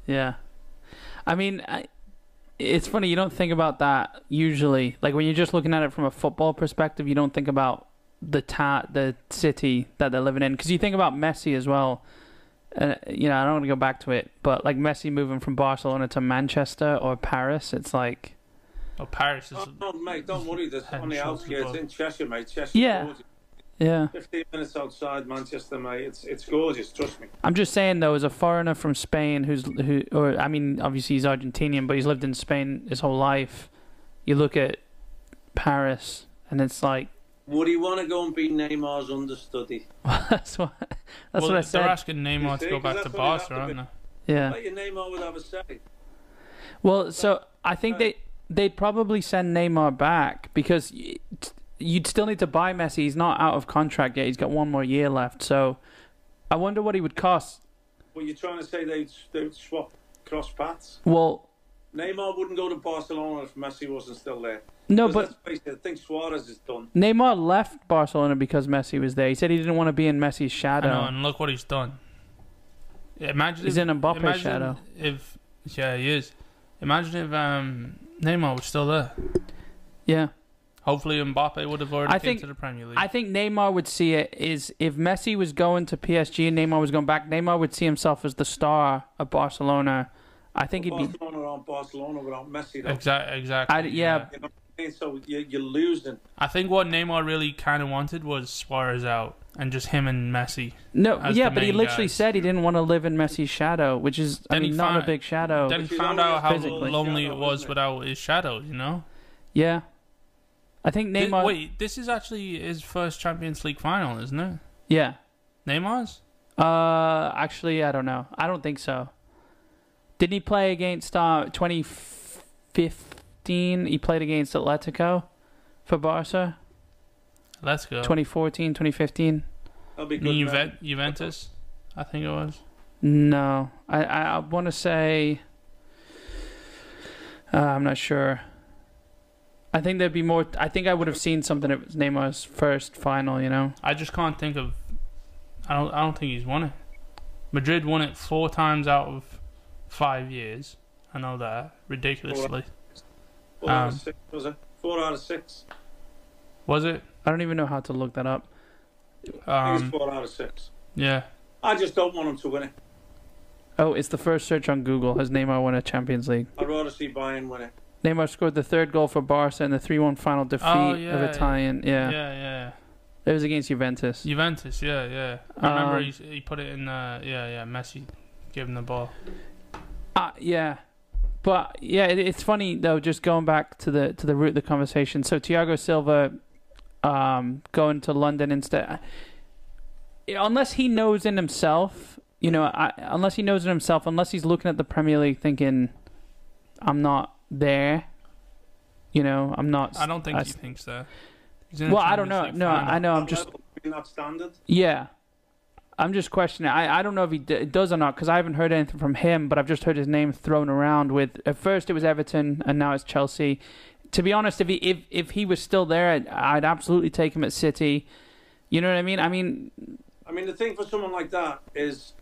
A: Yeah, I mean, I, it's funny you don't think about that usually. Like when you're just looking at it from a football perspective, you don't think about the ta- the city that they're living in because you think about Messi as well. uh, you know, I don't want to go back to it, but like Messi moving from Barcelona to Manchester or Paris, it's like,
C: Oh, Paris is.
B: Oh, no, mate, don't worry. That's
C: Head
B: on the
C: and shoulders
B: outskirts
C: above.
B: in Cheshire, mate. Cheshire,
A: Yeah.
B: gorgeous.
A: yeah.
B: fifteen minutes outside Manchester, mate. It's it's gorgeous. Trust me.
A: I'm just saying though, as a foreigner from Spain who's who, or I mean, obviously he's Argentinian, but he's lived in Spain his whole life. You look at Paris, and it's like
B: Would he want to go and be Neymar's understudy?
A: that's what that's
C: well,
A: what I
C: They're
A: said.
C: asking Neymar
B: You
C: to
B: see,
C: go
B: 'cause
C: back to
B: that's what he'd
C: Barca,
B: have to
C: aren't they?
A: yeah.
B: Bet you Neymar would have a say.
A: Well, so I
C: uh,
A: think they they'd probably send Neymar back because y- t- you'd still need to buy Messi. He's not out of contract yet. He's got one more year left. So I wonder what he would cost.
B: Well, you're trying to say they'd they'd swap cross paths.
A: Well,
B: Neymar wouldn't go to Barcelona if Messi wasn't still there.
A: no,
B: Because
A: but
B: let's face it, I think Suarez is done.
A: Neymar left Barcelona because Messi was there. He said he didn't want to be in Messi's
C: I know,
A: shadow.
C: and look what he's done. Imagine
A: He's
C: if,
A: in Mbappe's
C: imagine
A: shadow.
C: If yeah, he is. Imagine if um, Neymar was still there.
A: Yeah.
C: Hopefully, Mbappe would have already
A: I
C: came
A: think-
C: to the Premier League.
A: I think Neymar would see it is if Messi was going to PSG and Neymar was going back, Neymar would see himself as the star of Barcelona. I think he'd be
B: Barcelona aren't Barcelona without Messi. Though.
C: exactly. Exactly.
A: I- yeah.
B: You know what I mean? So you, you're losing.
C: I think what Neymar really kind of wanted was Suarez out and just him and Messi.
A: No,
C: as
A: yeah,
C: the
A: but he
C: main
A: literally
C: guys.
A: said he didn't want to live in Messi's shadow, which is I
C: Then he
A: mean not
C: found-
A: a big shadow.
C: then he
B: Which is
C: found out
B: always
C: how
A: physically.
C: lonely
B: Shadow,
C: it was
B: isn't it?
C: without his shadow. You know.
A: yeah. I think
C: Thi-
A: Neymar
C: wait, this is actually his first Champions League final, isn't it?
A: Yeah.
C: Neymar's.
A: Uh actually I don't know. I don't think so. Didn't he play against uh 2015? He played against Atletico for Barca
C: Let's go.
A: 2014, 2015.
B: That'll be good. man.
C: Juve- Juventus, I think it was.
A: No, I I, I want to say uh, I'm not sure. I think there'd be more. I think I would have seen something that was Neymar's first final. You know,
C: I just can't think of. I don't. I don't think he's won it. Madrid won it four times out of five years. I know that ridiculously.
B: Four out
C: Um,
B: of six, was it? Four out of six.
C: Was it?
A: I don't even know how to look that up.
B: I think it's
C: Um,
B: four out of six.
C: yeah.
B: I just don't want him to win it.
A: Oh, it's the first search on Google. Has Neymar won a Champions League?
B: I'd rather see Bayern win it.
A: Neymar scored the third goal for Barca in the three-one final defeat
C: Oh, yeah,
A: of Italian. Yeah.
C: yeah, yeah,
A: it was against Juventus.
C: Juventus. Yeah, yeah. I remember
A: Um,
C: he, he put it in. Uh, yeah, yeah. Messi gave him the ball.
A: Uh, yeah, but yeah, it, it's funny though. Just going back to the to the root of the conversation. So Thiago Silva, um, going to London instead. Unless he knows in himself, you know, I, unless he knows in himself, unless he's looking at the Premier League thinking, "I'm not there," you know, I'm not.
C: I don't think
A: I
C: he
A: s-
C: thinks that. He's in the
A: well, I don't know.
C: Champions League
A: No,
C: final.
A: I know. I'm
B: That
A: just
B: level, in that standard.
A: yeah. I'm just questioning. I, I don't know if he d- does or not because I haven't heard anything from him, but I've just heard his name thrown around. With at first it was Everton and now it's Chelsea. To be honest, if he if, if he was still there, I'd, I'd absolutely take him at City. You know what I mean? I mean,
B: I mean, the thing for someone like that is,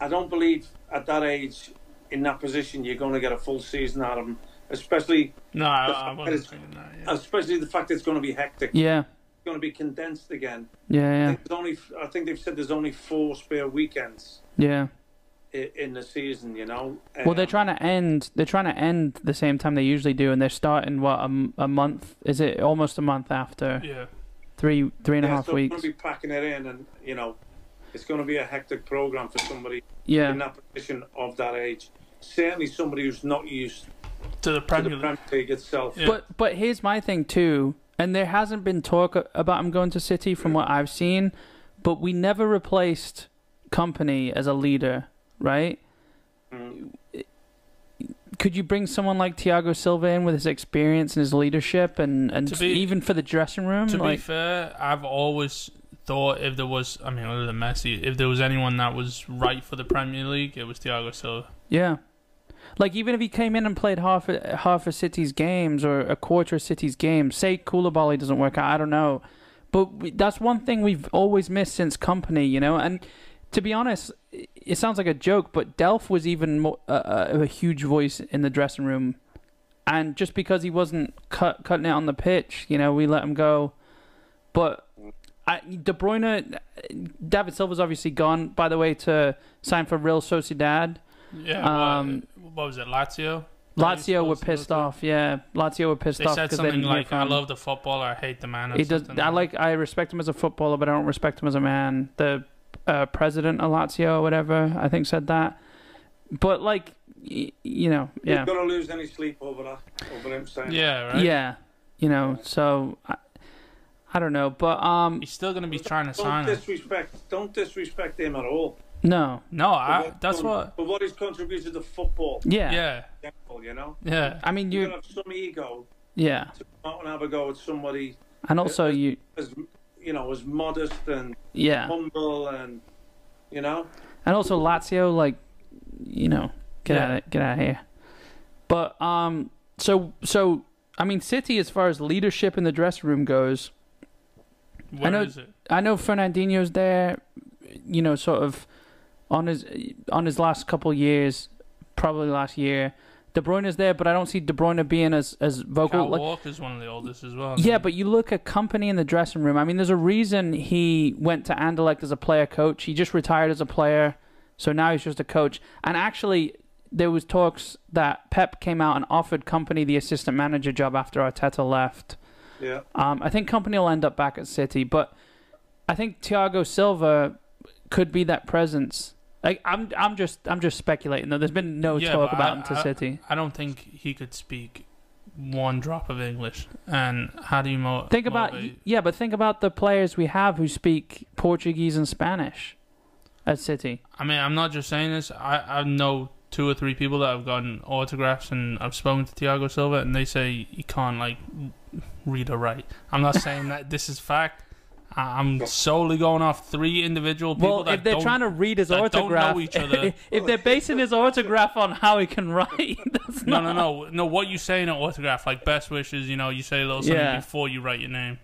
B: I don't believe at that age, in that position, you're going to get a full season out of him. Especially,
C: No, I, I wasn't
B: It's-
C: thinking that. Yeah.
B: especially the fact it's going to be hectic.
A: yeah,
B: It's going to be condensed again. I,
A: yeah,
B: think there's only, I think they've said there's only four spare weekends
A: yeah, yeah.
B: in, in the season. You know.
A: Well, they're trying to end. They're trying to end the same time they usually do, and they're starting what a, m- a month? Is it almost a month after
C: yeah.
A: three three and a
B: yeah,
A: half
B: so
A: weeks?
B: Going to be packing it in, and you know, it's going to be a hectic program for somebody in
A: yeah,
B: that position of that age. Certainly, somebody who's not used to
C: To the
B: the
C: Premier League.
B: Premier League itself.
C: Yeah.
A: But but here's my thing too, and there hasn't been talk a- about him going to City from what I've seen, but we never replaced Company as a leader, right?
B: Mm.
A: Could you bring someone like Thiago Silva in with his experience and his leadership, and and
C: To be-
A: even for the dressing room,
C: To
A: Mm, like
C: be fair, I've always thought if there was, I mean, other than Messi, if there was anyone that was right for the Premier League, it was Thiago Silva.
A: yeah. Like even if he came in and played half half of City's games or a quarter of City's games, say Koulibaly doesn't work out, I don't know, but we, that's one thing we've always missed since company, you know. And to be honest, i- it sounds like a joke, but Delph was even more, uh, a huge voice in the dressing room, and just because he wasn't cut, cutting it on the pitch, you know, we let him go. But I, De Bruyne, David Silva's obviously gone, by the way, to sign for Real Sociedad.
C: Yeah.
A: Um,
C: what, what was it, Lazio?
A: Lazio were
C: supposed to go
A: pissed
C: to?
A: off. Yeah, Lazio were pissed
C: They
A: off
C: said
A: because they
C: something
A: didn't hear
C: like, "I
A: from him.
C: love the footballer, I hate the man." Or
A: He does.
C: something
A: I like. I respect him as a footballer, but I don't respect him as a man. The uh, president of Lazio, or whatever, I think said that. But like, y- you know,
B: You're
A: yeah,
B: not going to lose any sleep over that, over him saying
C: Yeah. Right.
A: yeah, you know. So I, I don't know, but um,
C: He's still gonna be trying to
B: Don't
C: sign him.
B: disrespect. Don't disrespect him at all.
A: no,
C: No, I,
B: But
C: that's what.
B: But what he's contributed to football,
A: yeah,
C: Yeah.
B: in general, you know,
C: Yeah.
A: I mean,
B: you
A: you,
B: gotta have some ego
A: yeah,
B: to come out and have a go at somebody
A: and also you,
B: as you know as modest and
A: yeah,
B: humble and you know.
A: and also Lazio, like, you know, get out, of, get out of here. But um, so so I mean, City, as far as leadership in the dressing room goes,
C: Where is
A: know-
C: it?
A: I know Fernandinho's there, you know, sort of on his on his last couple years, probably last year. De Bruyne's there, but I don't see De Bruyne being as as vocal.
C: Cal
A: Like,
C: Walker's one of the oldest as well.
A: yeah, but you look at company in the dressing room. I mean, there's a reason he went to Anderlecht as a player coach. He just retired as a player, so now he's just a coach. And actually, there was talks that Pep came out and offered company the assistant manager job after Arteta left.
B: Yeah.
A: Um, I think company will end up back at City, but I think Thiago Silva could be that presence. Like I'm, I'm just, I'm just speculating though. There's been no
C: Yeah,
A: talk
C: but
A: about
C: I-
A: him to
C: I-
A: City.
C: I don't think he could speak one drop of English. And how do you mo-
A: Think about,
C: motivate-
A: yeah, but think about the players we have who speak Portuguese and Spanish at City.
C: I mean, I'm not just saying this. I, I know two or three people that have gotten autographs and I've spoken to Thiago Silva, and they say he can't like read or write. I'm not saying that this is fact. I- I'm solely going off three individual people
A: Well,
C: that
A: if they're
C: don't,
A: trying to read his
C: that don't know
A: autograph,
C: each other.
A: if they're basing his autograph on how he can write, that's
C: No,
A: not.
C: no, no, no. What you say in an autograph, like best wishes, you know, you say a little something
A: Yeah.
C: before you write your name,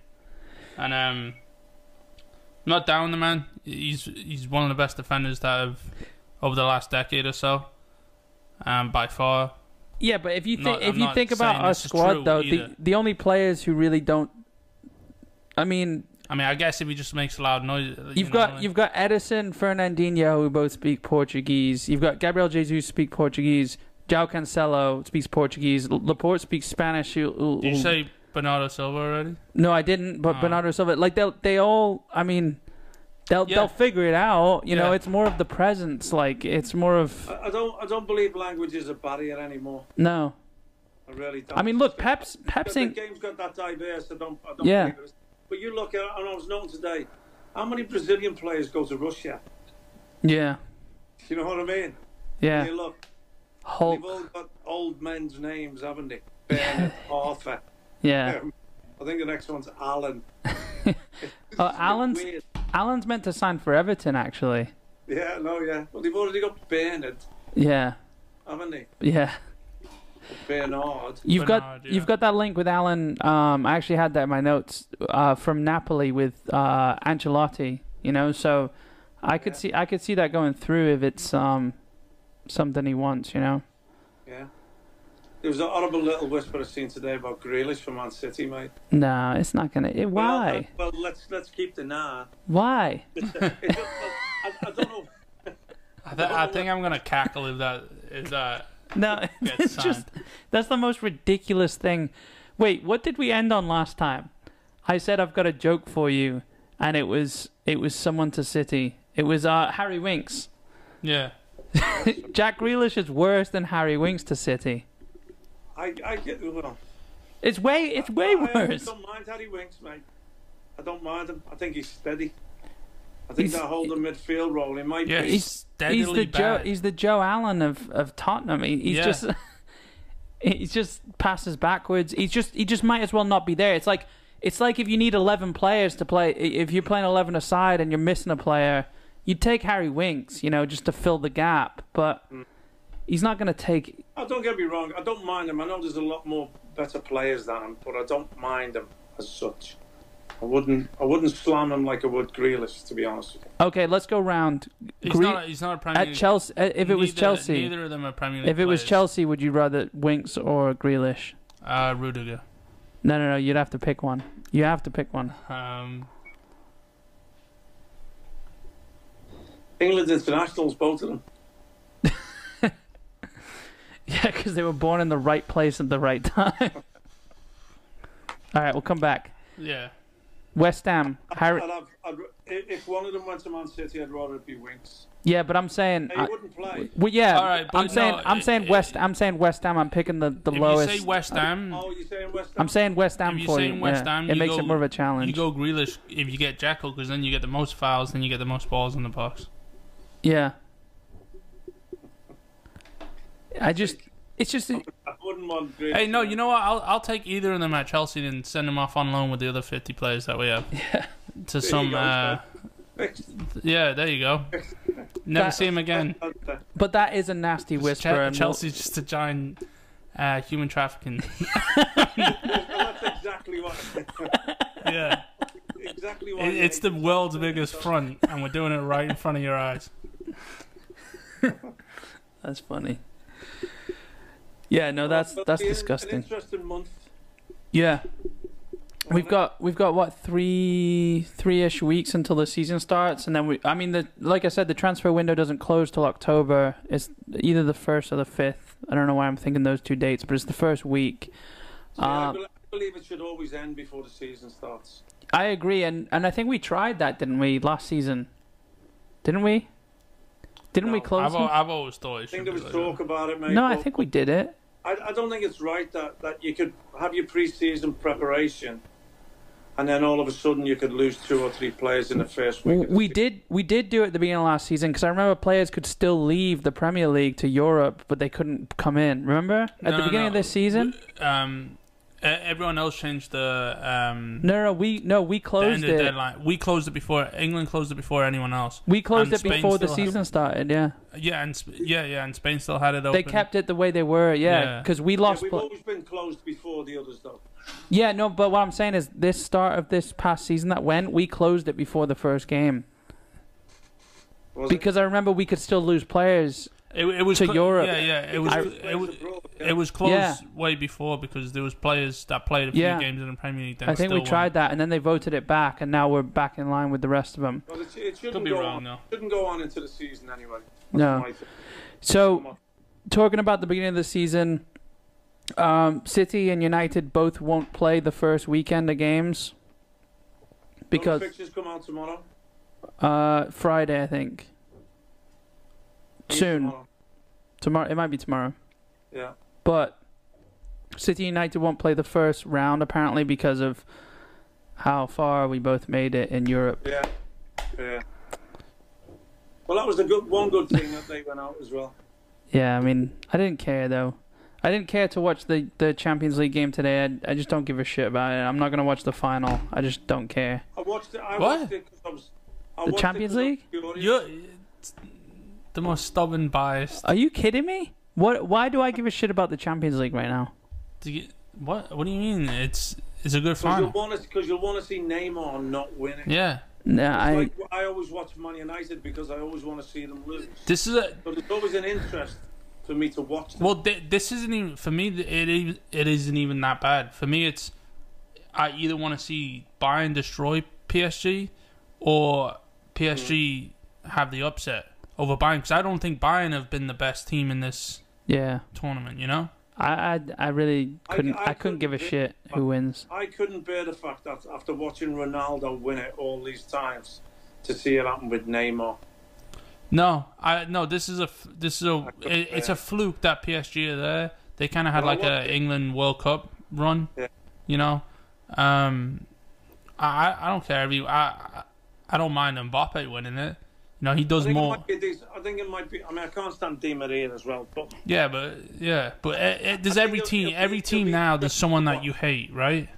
C: and um, not down the man. He's he's one of the best defenders that have over the last decade or so, um, by far.
A: Yeah, but if you
C: No,
A: think
C: I'm
A: if you
C: not
A: think about
C: saying
A: our
C: this is true
A: squad though,
C: either.
A: the the only players who really don't. I mean,
C: I mean, I guess if he just makes loud noise, you
A: You've
C: know,
A: got
C: like-
A: you've got Edison, Fernandinho, who both speak Portuguese. You've got Gabriel Jesus speak Portuguese. Jao Cancelo speaks Portuguese. L- Laporte speaks Spanish. who- who-
C: Did you
A: who-
C: say Bernardo Silva already?
A: no, I didn't. But
C: Oh.
A: Bernardo Silva, like they they all. I mean, they'll
C: Yeah.
A: they'll figure it out. You know,
C: Yeah.
A: it's more of the presence. Like it's more of
B: I, I don't. I don't believe language is a barrier anymore.
A: no.
B: I really don't.
A: I mean, look, Pep's
B: But
A: Pep's
B: the
A: in,
B: game's got that diverse. I don't. I don't
A: Yeah.
B: believe it. But you look at, and I was noting today, how many Brazilian players go to Russia?
A: yeah
B: You know what I mean?
A: yeah Oh.
B: You look,
A: Hulk
B: they've all got old men's names, haven't they? Bernard, Arthur.
A: yeah.
B: Um, I think the next one's Alan.
A: Uh, Alan's
B: Weird.
A: Alan's meant to sign for Everton actually.
B: Yeah, no, yeah. Well, they've already got Bernard,
A: Yeah
B: haven't they?
A: yeah.
B: Bernard.
A: You've
C: Bernard,
A: got
C: yeah.
A: you've got that link with Alan. Um, I actually had that in my notes uh, from Napoli with uh, Ancelotti. You know, so I could
B: Yeah.
A: see I could see that going through if it's um, something he wants. You know,
B: Yeah. There was a horrible little whisper I seen today about Grealish from Man City, mate.
A: no, it's not gonna. It, why?
B: Well, uh, well, let's let's keep the nah.
A: Why?
B: It just- I, I don't know.
C: I, th- I think I'm gonna cackle if that if that
A: No,
C: gets
A: it's
C: signed.
A: just that's the most ridiculous thing. Wait, what did we end on last time? I said I've got a joke for you, and it was it was someone to City. It was uh, Harry Winks.
C: yeah.
A: Jack Grealish is worse than Harry Winks to City.
B: I, I get well.
A: It's way it's way
B: I, I
A: worse.
B: don't mind Harry Winks, mate. I don't mind him. I think he's steady. I think
A: He's-
B: that holding midfield role, he might
C: Yeah,
B: be.
C: he's steadily
A: he's the Joe
C: bad.
A: he's the Joe Allen of, of Tottenham. He, he's
C: Yeah.
A: just he's just passes backwards. He's just he just might as well not be there. It's like it's like if you need eleven players to play i- if you're playing eleven aside and you're missing a player, you take Harry Winks, you know, just to fill the gap. But he's not gonna take
B: Oh, don't get me wrong. I don't mind him. I know there's a lot more better players than him, but I don't mind him as such. I wouldn't. I wouldn't slam him like I would Grealish, to be honest with you.
A: Okay, let's go round
C: He's
A: Gre-
C: not. He's not a Premier
A: at
C: League.
A: Chelsea uh, if it was
C: neither-
A: Chelsea.
C: Neither of them are Premier League.
A: If it was
C: players.
A: Chelsea, would you rather Winks or Grealish?
C: uh, Rudiger.
A: No, no, no. You'd have to pick one. You have to pick one.
C: Um,
B: England internationals, both of them.
A: Yeah, because they were born in the right place at the right time. All right, we'll come back.
C: Yeah.
A: West Ham, Harry.
B: I'd have, I'd, if if one of them went to Man City, I'd rather it be Winks.
A: Yeah, but I'm saying,
B: He
A: I,
B: wouldn't play.
A: well, yeah,
C: All right, but
A: I'm saying,
C: no,
A: I'm saying
C: it-
A: West, I'm saying West Ham. I'm picking the the
C: If
A: lowest.
C: you say West Ham,
B: Oh, you're saying West Ham?
A: Hmm. I'm saying West Ham
C: you're
A: for
C: saying
A: you.
C: West
A: yeah.
C: Ham,
A: it
C: you
A: makes
C: go-
A: it more of a challenge.
C: you go Grealish if you get Jackal, because then you get the most fouls, then you get the most balls in the box.
A: yeah. I just, it's just,
B: I wouldn't want Grealish.
C: Hey, no, you know what? I'll, I'll take either of them at Chelsea and send them off on loan with the other 50 players that we have. Yeah. To
B: you
C: some.
B: go,
C: uh, yeah, there you go. Never
A: That-
C: see him again.
A: but that is a nasty
C: Ch-
A: whisper. and we'll-
C: Chelsea's just a giant uh, human trafficking.
B: That's exactly what.
C: yeah.
B: Exactly what.
C: It, it's the world's biggest front, and we're doing it right in front of your eyes.
A: That's funny. Yeah, no, that's
B: But
A: that's
B: it'll be an- An
A: disgusting.
B: interesting month.
A: Yeah. We've got we've got what three three ish weeks until the season starts, and then we. I mean, the like I said, the transfer window doesn't close till October. It's either the first or the fifth. I don't know why I'm thinking those two dates, but it's the first week.
B: So, yeah, I
A: Um,
B: bel- I believe it should always end before the season starts.
A: I agree, and and I think we tried that, didn't we, last season? Didn't we? Didn't we
B: No,
A: close?
C: I've, al-
A: it?
C: I've always thought
B: I
C: it should
B: think
C: be
B: there was
C: like
B: talk
C: that.
B: about it, mate.
A: No, I
B: but
A: think we did it.
B: I, I don't think it's right that, that you could have your pre-season preparation, and then all of a sudden you could lose two or three players in the first week.
A: W-
B: of the
A: We
B: season.
A: did we did do it at the beginning of last season because I remember players could still leave the Premier League to Europe, but they couldn't come in. Remember at
C: No,
A: the
C: no,
A: beginning
C: no.
A: of this season?
C: Um, e- everyone else changed the. Um,
A: No, no, we no we
C: the
A: closed
C: end of the
A: it.
C: deadline. We closed it before England closed it before anyone else.
A: We closed
C: And
A: it
C: Spain
A: before the
C: still had-
A: season started. Yeah,
C: Yeah, and Sp- yeah, yeah, and Spain still had it open.
A: they kept it the way they were. Yeah,
C: Yeah.
A: because we
B: Yeah,
A: lost.
B: we've
A: pl-
B: always been closed before the others, though.
A: yeah, no, but what I'm saying is this start of this past season that went, we closed it before the first game
B: Was it?
A: because I remember we could still lose players.
C: it, it was
A: to
C: cl-
A: Europe.
C: Yeah, yeah, it was.
A: I-
C: it, was
B: abroad, yeah.
C: it was closed
A: Yeah.
C: way before because there was players that played a few
A: Yeah.
C: games in the Premier League. That
A: I think
C: still
A: we tried that, and then they voted it back, and now we're back in line with the rest of them.
B: Well, it, it
C: Won. Could
B: shouldn't
C: be
B: go
C: wrong
B: on.
C: though.
B: Shouldn't go on into the season anyway.
A: No.
B: my thing.
A: So.
B: Come on.
A: talking about the beginning of the season, um, City and United both won't play the first weekend of games because
B: Those pictures come out tomorrow.
A: uh, Friday, I think.
B: Yeah,
A: Soon
B: tomorrow.
A: tomorrow, it might be tomorrow,
B: Yeah.
A: but City United won't play the first round apparently because of how far we both made it in Europe.
B: Yeah. Yeah. Well, that was a good one. Good thing that they went out as well.
A: Yeah, I mean, I didn't care though. I didn't care to watch the, the Champions League game today. I, I just don't give a shit about it. I'm not gonna watch the final. I just don't care.
B: I watched it. I
C: What?
B: watched it 'cause I was. I
A: The
B: watched it
A: Champions
B: 'cause I was
A: League?
B: curious.
C: You're it's the most stubborn, biased.
A: Are you kidding me? What? Why do I give a shit about the Champions League right now?
C: Do you- what? What do you mean? It's it's a good
B: Because you'll
C: final.
B: want to because you'll want to see Neymar not winning.
C: Yeah,
A: No, I.
B: Like I always watch Man United because I always want to see them lose.
C: this is a
B: So there's always an interest for me to watch them.
C: Well, th- this isn't even for me. th- It even, it isn't even that bad. For me, it's I either want to see Bayern destroy PSG or PSG have the upset over Bayern because I don't think Bayern have been the best team in this
A: yeah,
C: tournament. You know,
A: I, I, I really
B: I-
A: couldn't. I,
B: I
A: couldn't, give a
B: couldn't-
A: shit who wins.
B: I couldn't bear the fact that after watching Ronaldo win it all these times, to see it happen with Neymar.
C: no, I no. This is a f- this is a
B: couldn't
C: it, it's
B: bear
C: a fluke that PSG are there. They kind of had
B: Well, I
C: like a England World Cup run.
B: Yeah.
C: You know, um, I I I don't care. If you, I I- I don't mind Mbappe winning it. You know, he
B: I
C: does
B: think, it
C: more.
B: might be these, I think it might be. I mean, I can't stand Di Maria as well, but
C: Yeah, but yeah, but uh, uh, there's
B: I think
C: every
B: it'll-
C: team.
B: it'll be-
C: Every
B: it'll be
C: team now, there's
B: interesting
C: someone
B: to
C: that
B: watch.
C: you hate, right?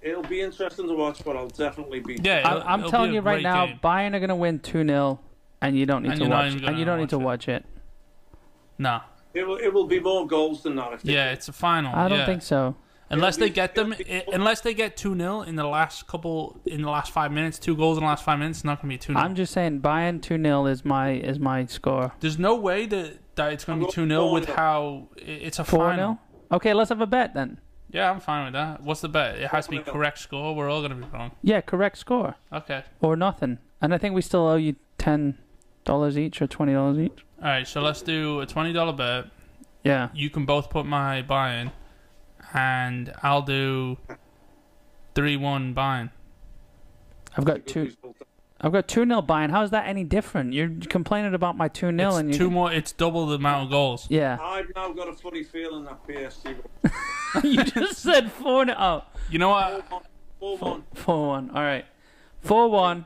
B: it'll be interesting to watch. But I'll definitely be.
C: Yeah,
A: I'm,
C: it'll-
A: I'm
C: it'll
A: telling
C: be a
A: you right
C: great
A: now,
C: game.
A: Bayern are gonna win two 0 and you don't need
C: And
A: to
C: you're not
A: watch.
C: even
A: And you
C: gonna
A: don't need to watch it.
C: Nah,
B: It will. It will be more goals than that. If they-
C: yeah, it's a final.
A: I don't
C: yeah.
A: think so.
C: Unless
B: It'll
C: they
B: be-
C: get them,
B: it'll be-
C: i unless they get two 0 in the last couple, in the last five minutes, two goals in the last five minutes, it's not gonna be two 0
A: I'm just saying, Bayern two 0 is my is my score.
C: There's no way that that it's gonna
B: I'm
C: be two 0 with
B: going
C: how i- it's a
A: Four
C: final.
A: 0 Okay, let's have a bet then.
C: Yeah, I'm fine with that. What's the bet? It has to be
B: Four nil.
C: correct score. We're all gonna be wrong.
A: Yeah, correct score
C: Okay.
A: or nothing. And I think we still owe you ten dollars each or twenty dollars each.
C: All right, so let's do a twenty dollar bet.
A: Yeah.
C: You can both put my buy in, and I'll do three one buying.
A: I've got two. I've got two nil buying. How is that any different? You're complaining about my two nil and
C: It's
A: you.
C: two more. It's double the amount of goals.
A: yeah.
B: I've now got a funny feeling that PSG will
A: you just said four nil. Oh,
C: You know what?
B: four
A: four
B: one.
A: four one. All right, four one,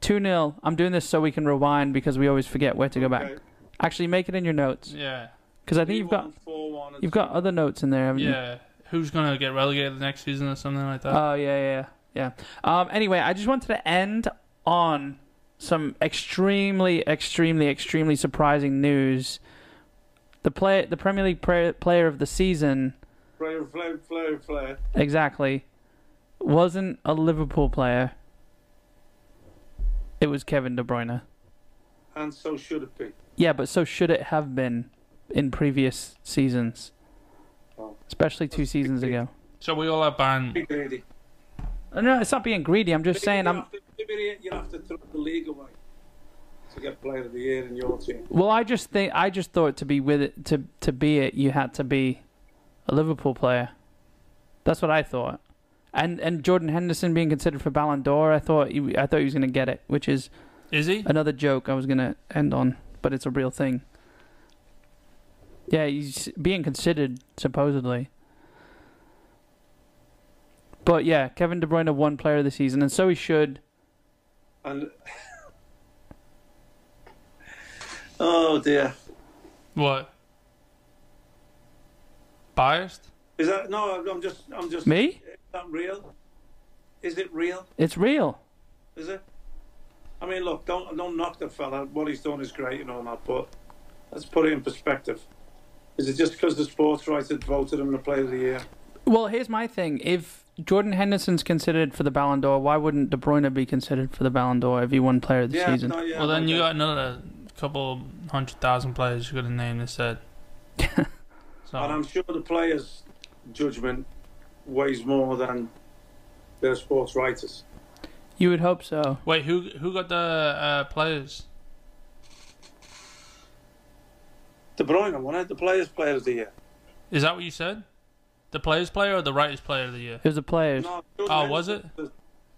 A: two nil. I'm doing this so we can rewind because we always forget where to go back.
B: Okay.
A: Actually, make it in your notes
C: Yeah,
A: because I think you've got
B: 3-1, 4-1, and
A: you've got other notes in there, haven't you?
C: yeah. Who's gonna get relegated next season or something like that?
A: Oh yeah, yeah, yeah. Um. Anyway, I just wanted to end on some extremely, extremely, extremely surprising news. The play, the Premier League player, player of the season,
B: Flair, flair, flair, flair.
A: exactly, wasn't a Liverpool player. It was Kevin De Bruyne.
B: And so should it be.
A: Yeah, but so should it have been in previous seasons,
B: Oh.
A: especially two seasons ago.
C: So we all have buying.
B: Be greedy.
A: Uh, No, it's not being greedy. I'm just saying
B: You'll
A: I'm.
B: have to- maybe You'll have to throw the league away to get player of the year in your team.
A: Well, I just think I just thought to be with it to to be it, you had to be a Liverpool player. That's what I thought. And and Jordan Henderson being considered for Ballon d'Or, I thought he, I thought he was going to get it, which is
C: Is he?
A: another joke I was going to end on, but it's a real thing. Yeah, he's being considered supposedly. But yeah, Kevin De Bruyne won Player of the Season, and so he should.
B: And oh dear,
C: What? Biased?
B: is that no? I'm just, I'm just.
A: Me?
B: Is that real? Is it real?
A: It's real.
B: Is it? I mean, look, don't don't knock the fella. What he's done is great and all that, but let's put it in perspective. Is it just because the sports rights had voted him the player of the year?
A: Well, here's my thing. If Jordan Henderson's considered for the Ballon d'Or, why wouldn't De Bruyne be considered for the Ballon d'Or if he won Player of the
B: Yeah,
A: Season?
B: no, yeah.
C: well, then
B: okay.
C: you got another couple hundred thousand players you got to name that said. so,
B: And I'm sure the players' judgment weighs more than their sports writers.
A: You would hope so.
C: wait, who who got the uh, players?
B: De Bruyne won it. The players' player of the year.
C: Is that what you said? The players' player or the writers' player of the year?
A: It was the players.
B: No,
C: Oh, was it?
B: The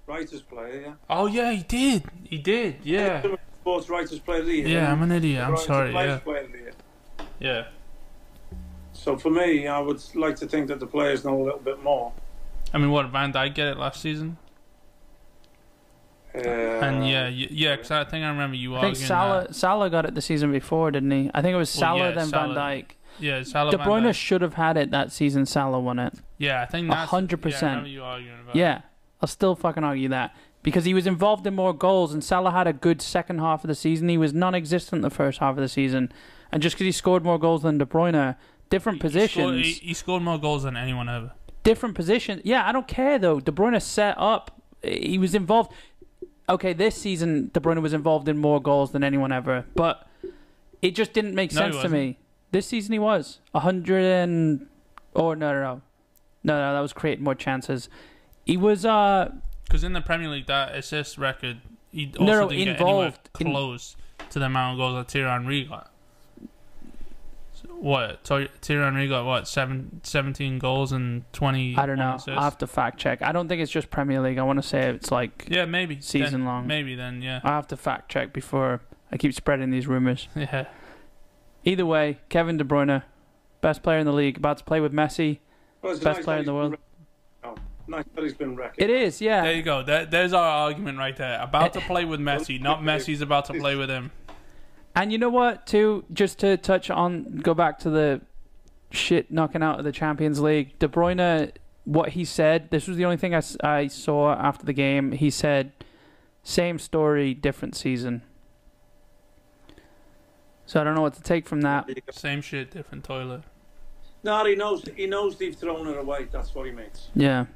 B: writers' player, yeah.
C: Oh yeah, he did. He did. Yeah.
B: Sports writers' player of the year.
C: Yeah, I'm an idiot.
B: De
C: I'm
B: Bruyne's the
C: sorry.
B: players'
C: Yeah.
B: player of the year.
C: Yeah.
B: So for me, I would like to think that the players know a little bit more.
C: I mean, what Van Dijk get it last season?
B: Uh,
C: And yeah, y- yeah, because I think I remember you
A: I
C: arguing
A: think Salah
C: that.
A: Salah got it the season before, didn't he? I think it was
C: Well,
A: Salah
C: yeah,
A: then
C: Salah.
A: Van Dijk.
C: Yeah, Salah.
A: De
C: Van
A: Bruyne
C: Dijk.
A: should have had it that season. Salah won it.
C: yeah, I think
A: A
C: that's
A: hundred
C: Yeah, I
A: percent.
C: remember you arguing about.
A: Yeah, I'll still fucking argue that because he was involved in more goals, and Salah had a good second half of the season. He was non-existent the first half of the season, and just because he scored more goals than De Bruyne,
C: He
A: different
C: Scored,
A: positions,
C: he, he scored more goals than anyone ever.
A: different positions. Yeah, I don't care though. De Bruyne set up. He was involved. Okay, this season De Bruyne was involved in more goals than anyone ever, but it just didn't make
C: No, he
A: sense to me. This season he was a hundred and oh no no no no no that was creating more chances. He was uh
C: Because in the Premier League, that assist record, he also
A: No, no,
C: didn't
A: involved.
C: get
A: In-
C: anywhere close to the amount of goals that Thierry Henry got. So, What? Tor- Thierry Henry got what? Seven, 17 goals and 20
A: I don't know.
C: assists?
A: I have to fact check. I don't think it's just Premier League. I want to say it's like
C: yeah, maybe. Then-
A: season long.
C: Maybe then, yeah.
A: I have to fact check before I keep spreading these rumors.
C: yeah.
A: Either way, Kevin De Bruyne, best player in the league, about to play with Messi.
B: well, it's
A: best
B: nice
A: player
B: that
A: in the
B: he's
A: world.
B: been wrecked. No, nice that he's been wrecking.
A: It is, yeah.
C: There you go. There, there's our argument right there. About to play with Messi, not Messi's about to play with him.
A: And you know what? Too, just to touch on, go back to the shit knocking out of the Champions League. De Bruyne, what he said. This was the only thing I, s- I saw after the game. He said, "Same story, different season." So I don't know what to take from that.
C: Same shit, different toilet.
B: No, he knows. He knows they've thrown it away. That's what he means.
A: Yeah,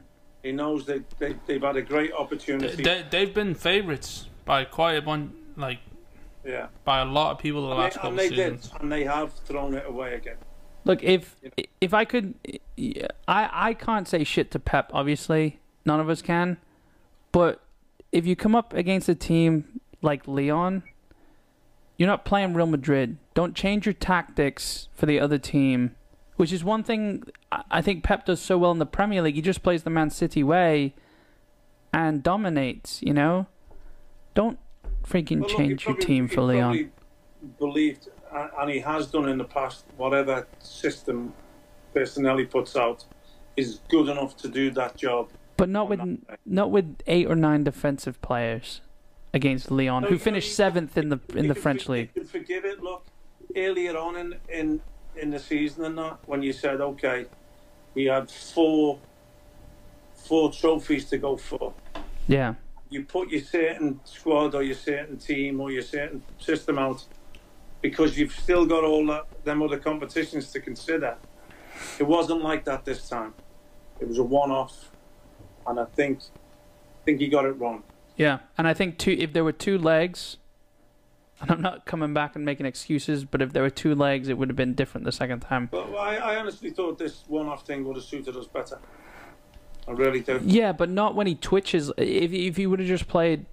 B: He knows they, they they've had a great opportunity.
C: They, they've been favourites by quite a bunch, like,
B: yeah,
C: by a lot of people the last couple
B: and
C: of
B: they
C: seasons.
B: did, and they have thrown it away again.
A: Look, if
B: You
A: if I could, I I can't say shit to Pep. Obviously, none of us can. But if you come up against a team like Leon, You're not playing Real Madrid. Don't change your tactics for the other team, which is one thing I- I think Pep does so well in the Premier League. He just plays the Man City way and dominates, you know? Don't freaking
B: Well, look, he
A: change your
B: probably-
A: team
B: he
A: for Leon.
B: probably Believed, a- and he has done in the past, whatever system personnel he puts out is good enough to do that job.
A: But not
B: on
A: with
B: that day.
A: not with eight or nine defensive players against Leon,
B: No,
A: who
B: you-
A: finished
B: you-
A: seventh in the in
B: You
A: the
B: can
A: French
B: for-
A: league.
B: You can forgive it. Look, earlier on in, in in the season and that, when you said, okay, we had four four trophies to go for.
A: Yeah,
B: you put your certain squad or your certain team or your certain system out because you've still got all that, them other competitions to consider. It wasn't like that this time. It was a one-off, and I think I think he got it wrong.
A: yeah. And I think two if there were two legs, and I'm not coming back and making excuses, but if there were two legs, it would have been different the second time.
B: But I, I honestly thought this one-off thing would have suited us better. I really do.
A: Yeah, but not when he twitches. If if he would have just played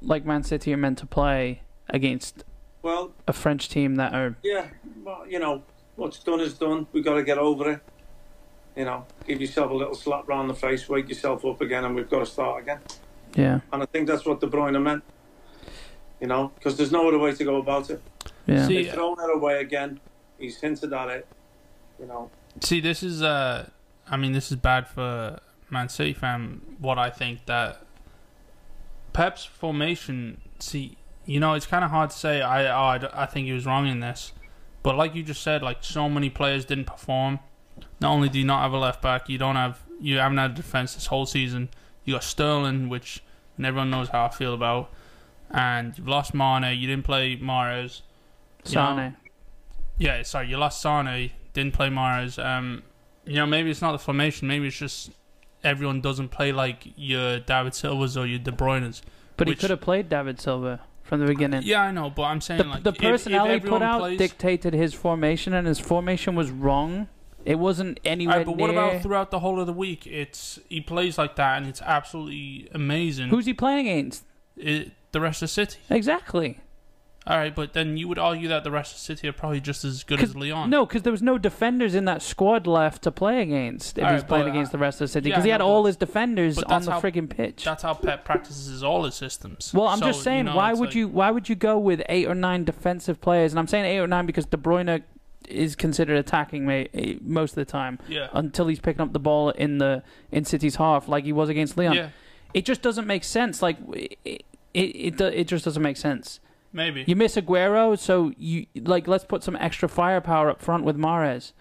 A: like Man City are meant to play against
B: Well,
A: a French team that are
B: yeah, well, you know, what's done is done. We've got to get over it. You know, give yourself a little slap round the face, wake yourself up again, and we've got to start again.
A: yeah
B: And I think that's what De Bruyne meant. You know, because there's no other way to go about it.
A: yeah
C: See,
B: He's thrown it away again. He's hinted at it. You know,
C: See, this is uh, I mean, this is bad for Man City fan. What I think that Pep's formation. See, you know, it's kind of hard to say. I, oh, I, d- I think he was wrong in this, but like you just said, like so many players didn't perform. Not only do you not have a left back, you don't have you haven't had a defense this whole season. You got Sterling, which and everyone knows how I feel about, and you've lost Mane. You didn't play Mares.
A: Sane.
C: Yeah, sorry, you lost Sane, didn't play Mares. Um, you know, maybe it's not the formation, maybe it's just everyone doesn't play like your David Silvers or your De Bruyne's.
A: but he
C: which-
A: could have played David Silva from the beginning.
C: Yeah, I know, but I'm saying
A: the,
C: like
A: the
C: if- if
A: personality put
C: everyone
A: out
C: plays-
A: dictated his formation, and his formation was wrong. It wasn't anywhere
C: Alright, but what
A: near.
C: about throughout the whole of the week? It's he plays like that, and it's absolutely amazing.
A: Who's he playing against?
C: It- the rest of City?
A: Exactly.
C: All right, but then you would argue that the rest of City are probably just as good as Leon.
A: No, because there was no defenders in that squad left to play against if
C: All
A: he's
C: right,
A: playing
C: but, uh,
A: against the rest of the city.
C: yeah,
A: Because he
C: I
A: had
C: know,
A: all
C: but-
A: his defenders
C: but
A: on
C: that's
A: the
C: how-
A: frigging pitch.
C: that's how Pep practices all his systems.
A: Well, I'm
C: So,
A: just saying,
C: you know,
A: why
C: it's
A: would
C: like-
A: you why would you go with eight or nine defensive players? And I'm saying eight or nine because De Bruyne is considered attacking ma- eh, most of the time
C: Yeah,
A: until he's picking up the ball in the in City's half, like he was against Leon.
C: yeah,
A: it just doesn't make sense. Like it, it, it, do- it just doesn't make sense.
C: maybe.
A: You miss Aguero, so you like let's put some extra firepower up front with Mares.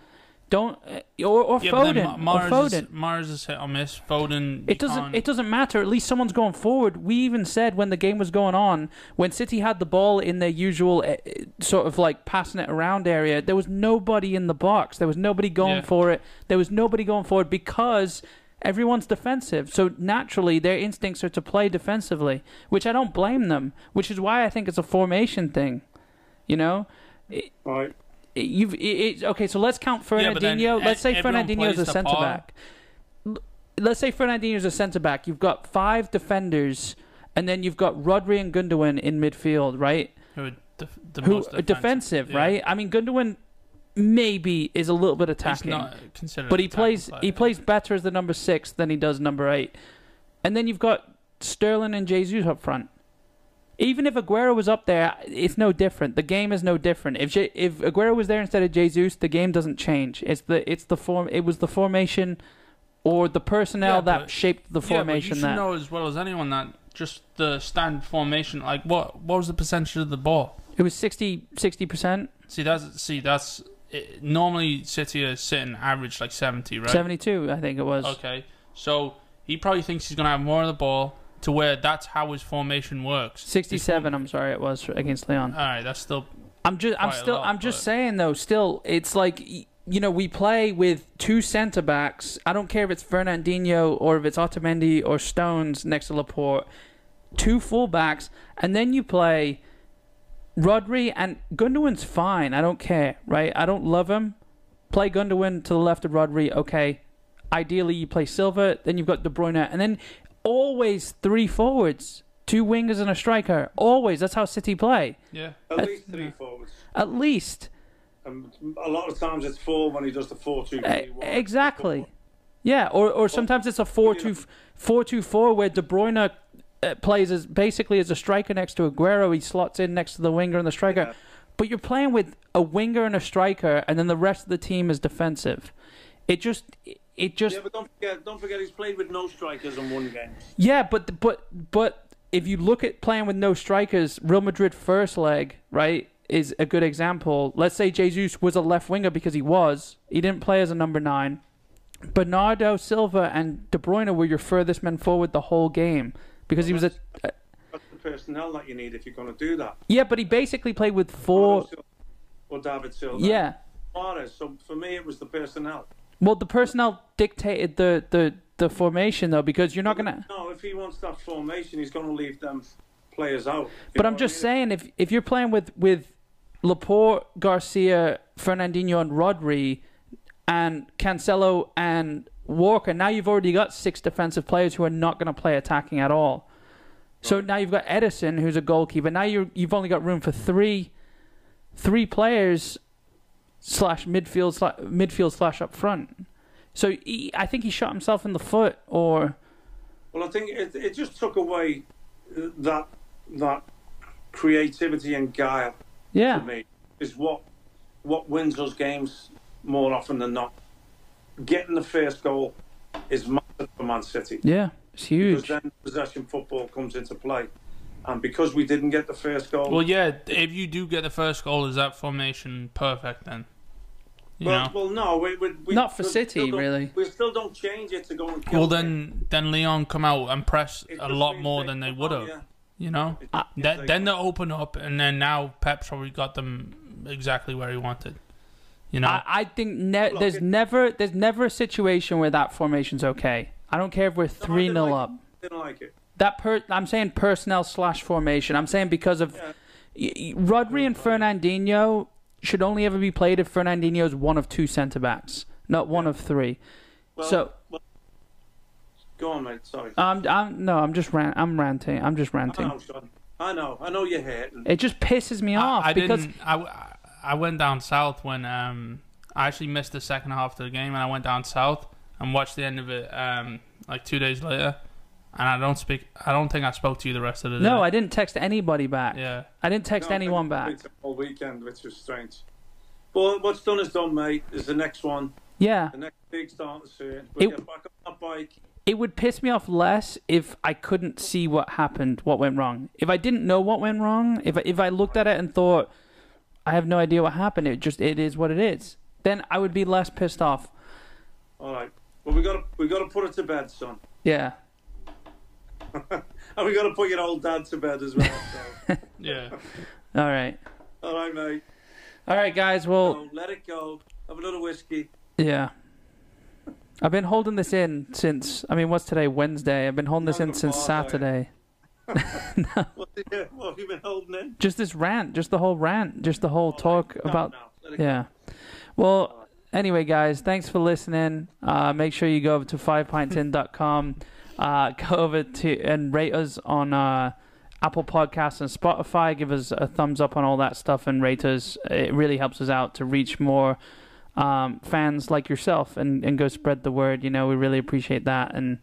A: Don't or or
C: Yeah, but
A: Foden
C: then Ma-
A: or
C: Mahrez
A: Foden.
C: Is, Mahrez is hit or miss. Foden. you
A: It doesn't.
C: can't-
A: It doesn't matter. At least someone's going forward. We even said when the game was going on, when City had the ball in their usual eh, eh, sort of like passing it around area, there was nobody in the box. There was nobody going
C: Yeah.
A: for it. There was nobody going forward because everyone's defensive. So naturally, their instincts are to play defensively, which I don't blame them. Which is why I think it's a formation thing. You know. It,
B: right?
A: it- You've it, it, okay, so let's count
C: Yeah, but then
A: Fernandinho. let's
C: e-
A: say
C: everyone
A: Fernandinho is
C: plays
A: a
C: the
A: centre
C: par.
A: back. L- Let's say Fernandinho is a centre back. You've got five defenders, and then you've got Rodri and Gundogan in midfield, right?
C: Who are def- the
A: Who
C: most
A: are defensive,
C: yeah.
A: right? I mean, Gundogan maybe is a little bit
C: He's
A: attacking,
C: not considered
A: but he
C: an attacking
A: plays
C: player.
A: he plays better as the number six than he does number eight. And then you've got Sterling and Jesus up front. Even if Aguero was up there, it's no different. The game is no different. If Je- if Aguero was there instead of Jesus, the game doesn't change. It's the it's the form. It was the formation, or the personnel
C: Yeah,
A: that
C: but-
A: shaped the formation
C: Yeah, but you should
A: that.
C: know as well as anyone that just the standard formation. Like what? What was the percentage of the ball?
A: It was 60 percent,
C: See, that's see, that's it, normally City are sitting average like seventy, right?
A: seventy two, I think it was.
C: Okay, so he probably thinks he's gonna have more of the ball to where that's how his formation works. His
A: Sixty seven, I'm sorry, it was against Leon.
C: form- All right, that's still
A: I'm just, I'm
C: quite a
A: still,
C: lot,
A: I'm just
C: but-
A: saying though. Still, it's like y- you know, we play with two centre backs. I don't care if it's Fernandinho or if it's Otamendi or Stones next to Laporte. Two full backs, and then you play Rodri and Gundogan's fine. I don't care, right? I don't love him. Play Gundogan to the left of Rodri, okay. Ideally, you play Silva, then you've got De Bruyne, and then always three forwards. two wingers and a striker. Always. That's how City play.
C: Yeah.
B: At least three forwards.
A: At least.
B: And a lot of times it's four when he does the four two
A: E-
B: three one.
A: exactly. Yeah, or, or sometimes it's a 4 2 4 2 4 where De Bruyne uh, plays as basically as a striker next to Aguero. He slots in next to the winger and the striker.
B: Yeah.
A: But you're playing with a winger and a striker, and then the rest of the team is defensive. It just. It just
B: Yeah, but don't forget, don't forget, he's played with no strikers in one game.
A: Yeah, but but but if you look at playing with no strikers, Real Madrid first leg, right, is a good example. Let's say Jesus was a left winger because he was. He didn't play as a number nine. Bernardo Silva and De Bruyne were your furthest men forward the whole game because he was a
B: That's the personnel that you need if you're going to do that.
A: yeah, but he basically played with four.
B: or David Silva,
A: Yeah,
B: Suarez. So for me, it was the personnel.
A: well, the personnel dictated the the the formation though because you're not gonna.
B: No, if he wants that formation, he's going to leave them players out. You
A: But
B: know
A: I'm
B: what
A: just
B: I mean?
A: saying, if if you're playing with with Laporte, Garcia, Fernandinho, and Rodri, and Cancelo and Walker, now you've already got six defensive players who are not going to play attacking at all. So now you've got Edison, who's a goalkeeper. Now you you've only got room for three, three players slash midfield slash, midfield slash up front. So he, I think he shot himself in the foot, or
B: Well, I think it, it just took away uh, that that creativity and guile
A: yeah,
B: for me is what what wins us games more often than not. Getting the first goal is massive for Man City.
A: yeah, it's
B: Because
A: huge.
B: then possession football comes into play. And because we didn't get the first goal,
C: Well, yeah. If you do get the first goal, is that formation perfect then? You
B: well,
C: know.
B: well, no, we, we, we
A: Not for
B: we
A: City,
B: still don't-
A: really.
B: We still don't change it to go and kill.
C: Well, then then Leon come out and press
B: it
C: a
B: just
C: lot
B: means
C: more than they would have.
B: Yeah.
C: You know. That, then they open up, and then now Pep's probably got them exactly where he wanted. You know.
A: I, I think ne-
B: Look,
A: there's
B: it-
A: never there's never a situation where that formation's okay. I don't care if we're
B: No, I
A: three 0
B: didn't like
A: up.
B: it. Didn't like it.
A: That per I'm saying personnel slash formation. I'm saying because of
B: Yeah.
A: y- y- Rodri and Fernandinho should only ever be played if Fernandinho is one of two centre backs, not one of three.
B: Well,
A: so Ah,
B: go on, mate. Sorry.
A: I'm I'm no I'm just rant I'm ranting I'm just
B: I
A: ranting.
B: know, Sean. I know. I know you're hating.
A: It just pisses me off
C: I, I
A: because
C: didn't. I, w- I went down south when um I actually missed the second half of the game, and I went down south and watched the end of it um like two days later, and I don't speak. I don't think I spoke to you the rest of the day.
A: no I didn't text anybody back.
C: Yeah.
A: I didn't text
B: No,
A: anyone
B: I
A: back.
B: think it's All weekend, which is strange. But what's done is done, mate. Is the next one.
A: Yeah.
B: The next big start soon. We
A: It-
B: get back on that bike.
A: it would piss me off less if I couldn't see what happened, what went wrong. If I didn't know what went wrong, if I, if I looked at it and thought, I have no idea what happened, it just it is what it is. Then I would be less pissed off.
B: All right. Well, we got to we got to put it to bed, son,
A: Yeah,
B: and we got to put your old dad to bed as well. So.
C: Yeah.
A: all right,
B: All right, mate.
A: all right, guys. Well,
B: So let it go. Have another whiskey.
A: yeah. I've been holding this in since I mean, what's today? Wednesday. I've been holding this in
B: Another
A: since Saturday.
B: Friday. What, the- what have you been holding in?
A: Just this rant, just the whole rant, just the whole talk
B: No,
A: about
B: no, let it go.
A: Yeah. Well, anyway, guys, thanks for listening. Uh, make sure you go over to fivepintsin.com. Uh, go over to and rate us on uh, Apple Podcasts and Spotify. Give us a thumbs up on all that stuff and rate us. It really helps us out to reach more um, fans like yourself and, and go spread the word. You know, we really appreciate that. And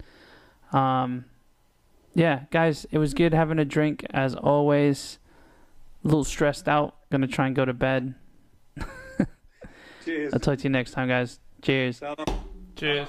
A: um, yeah, guys, it was good having a drink as always. A little stressed out. Gonna try and go to bed.
B: Cheers.
A: I'll talk to you next time, guys. Cheers.
B: Salam.
C: Cheers.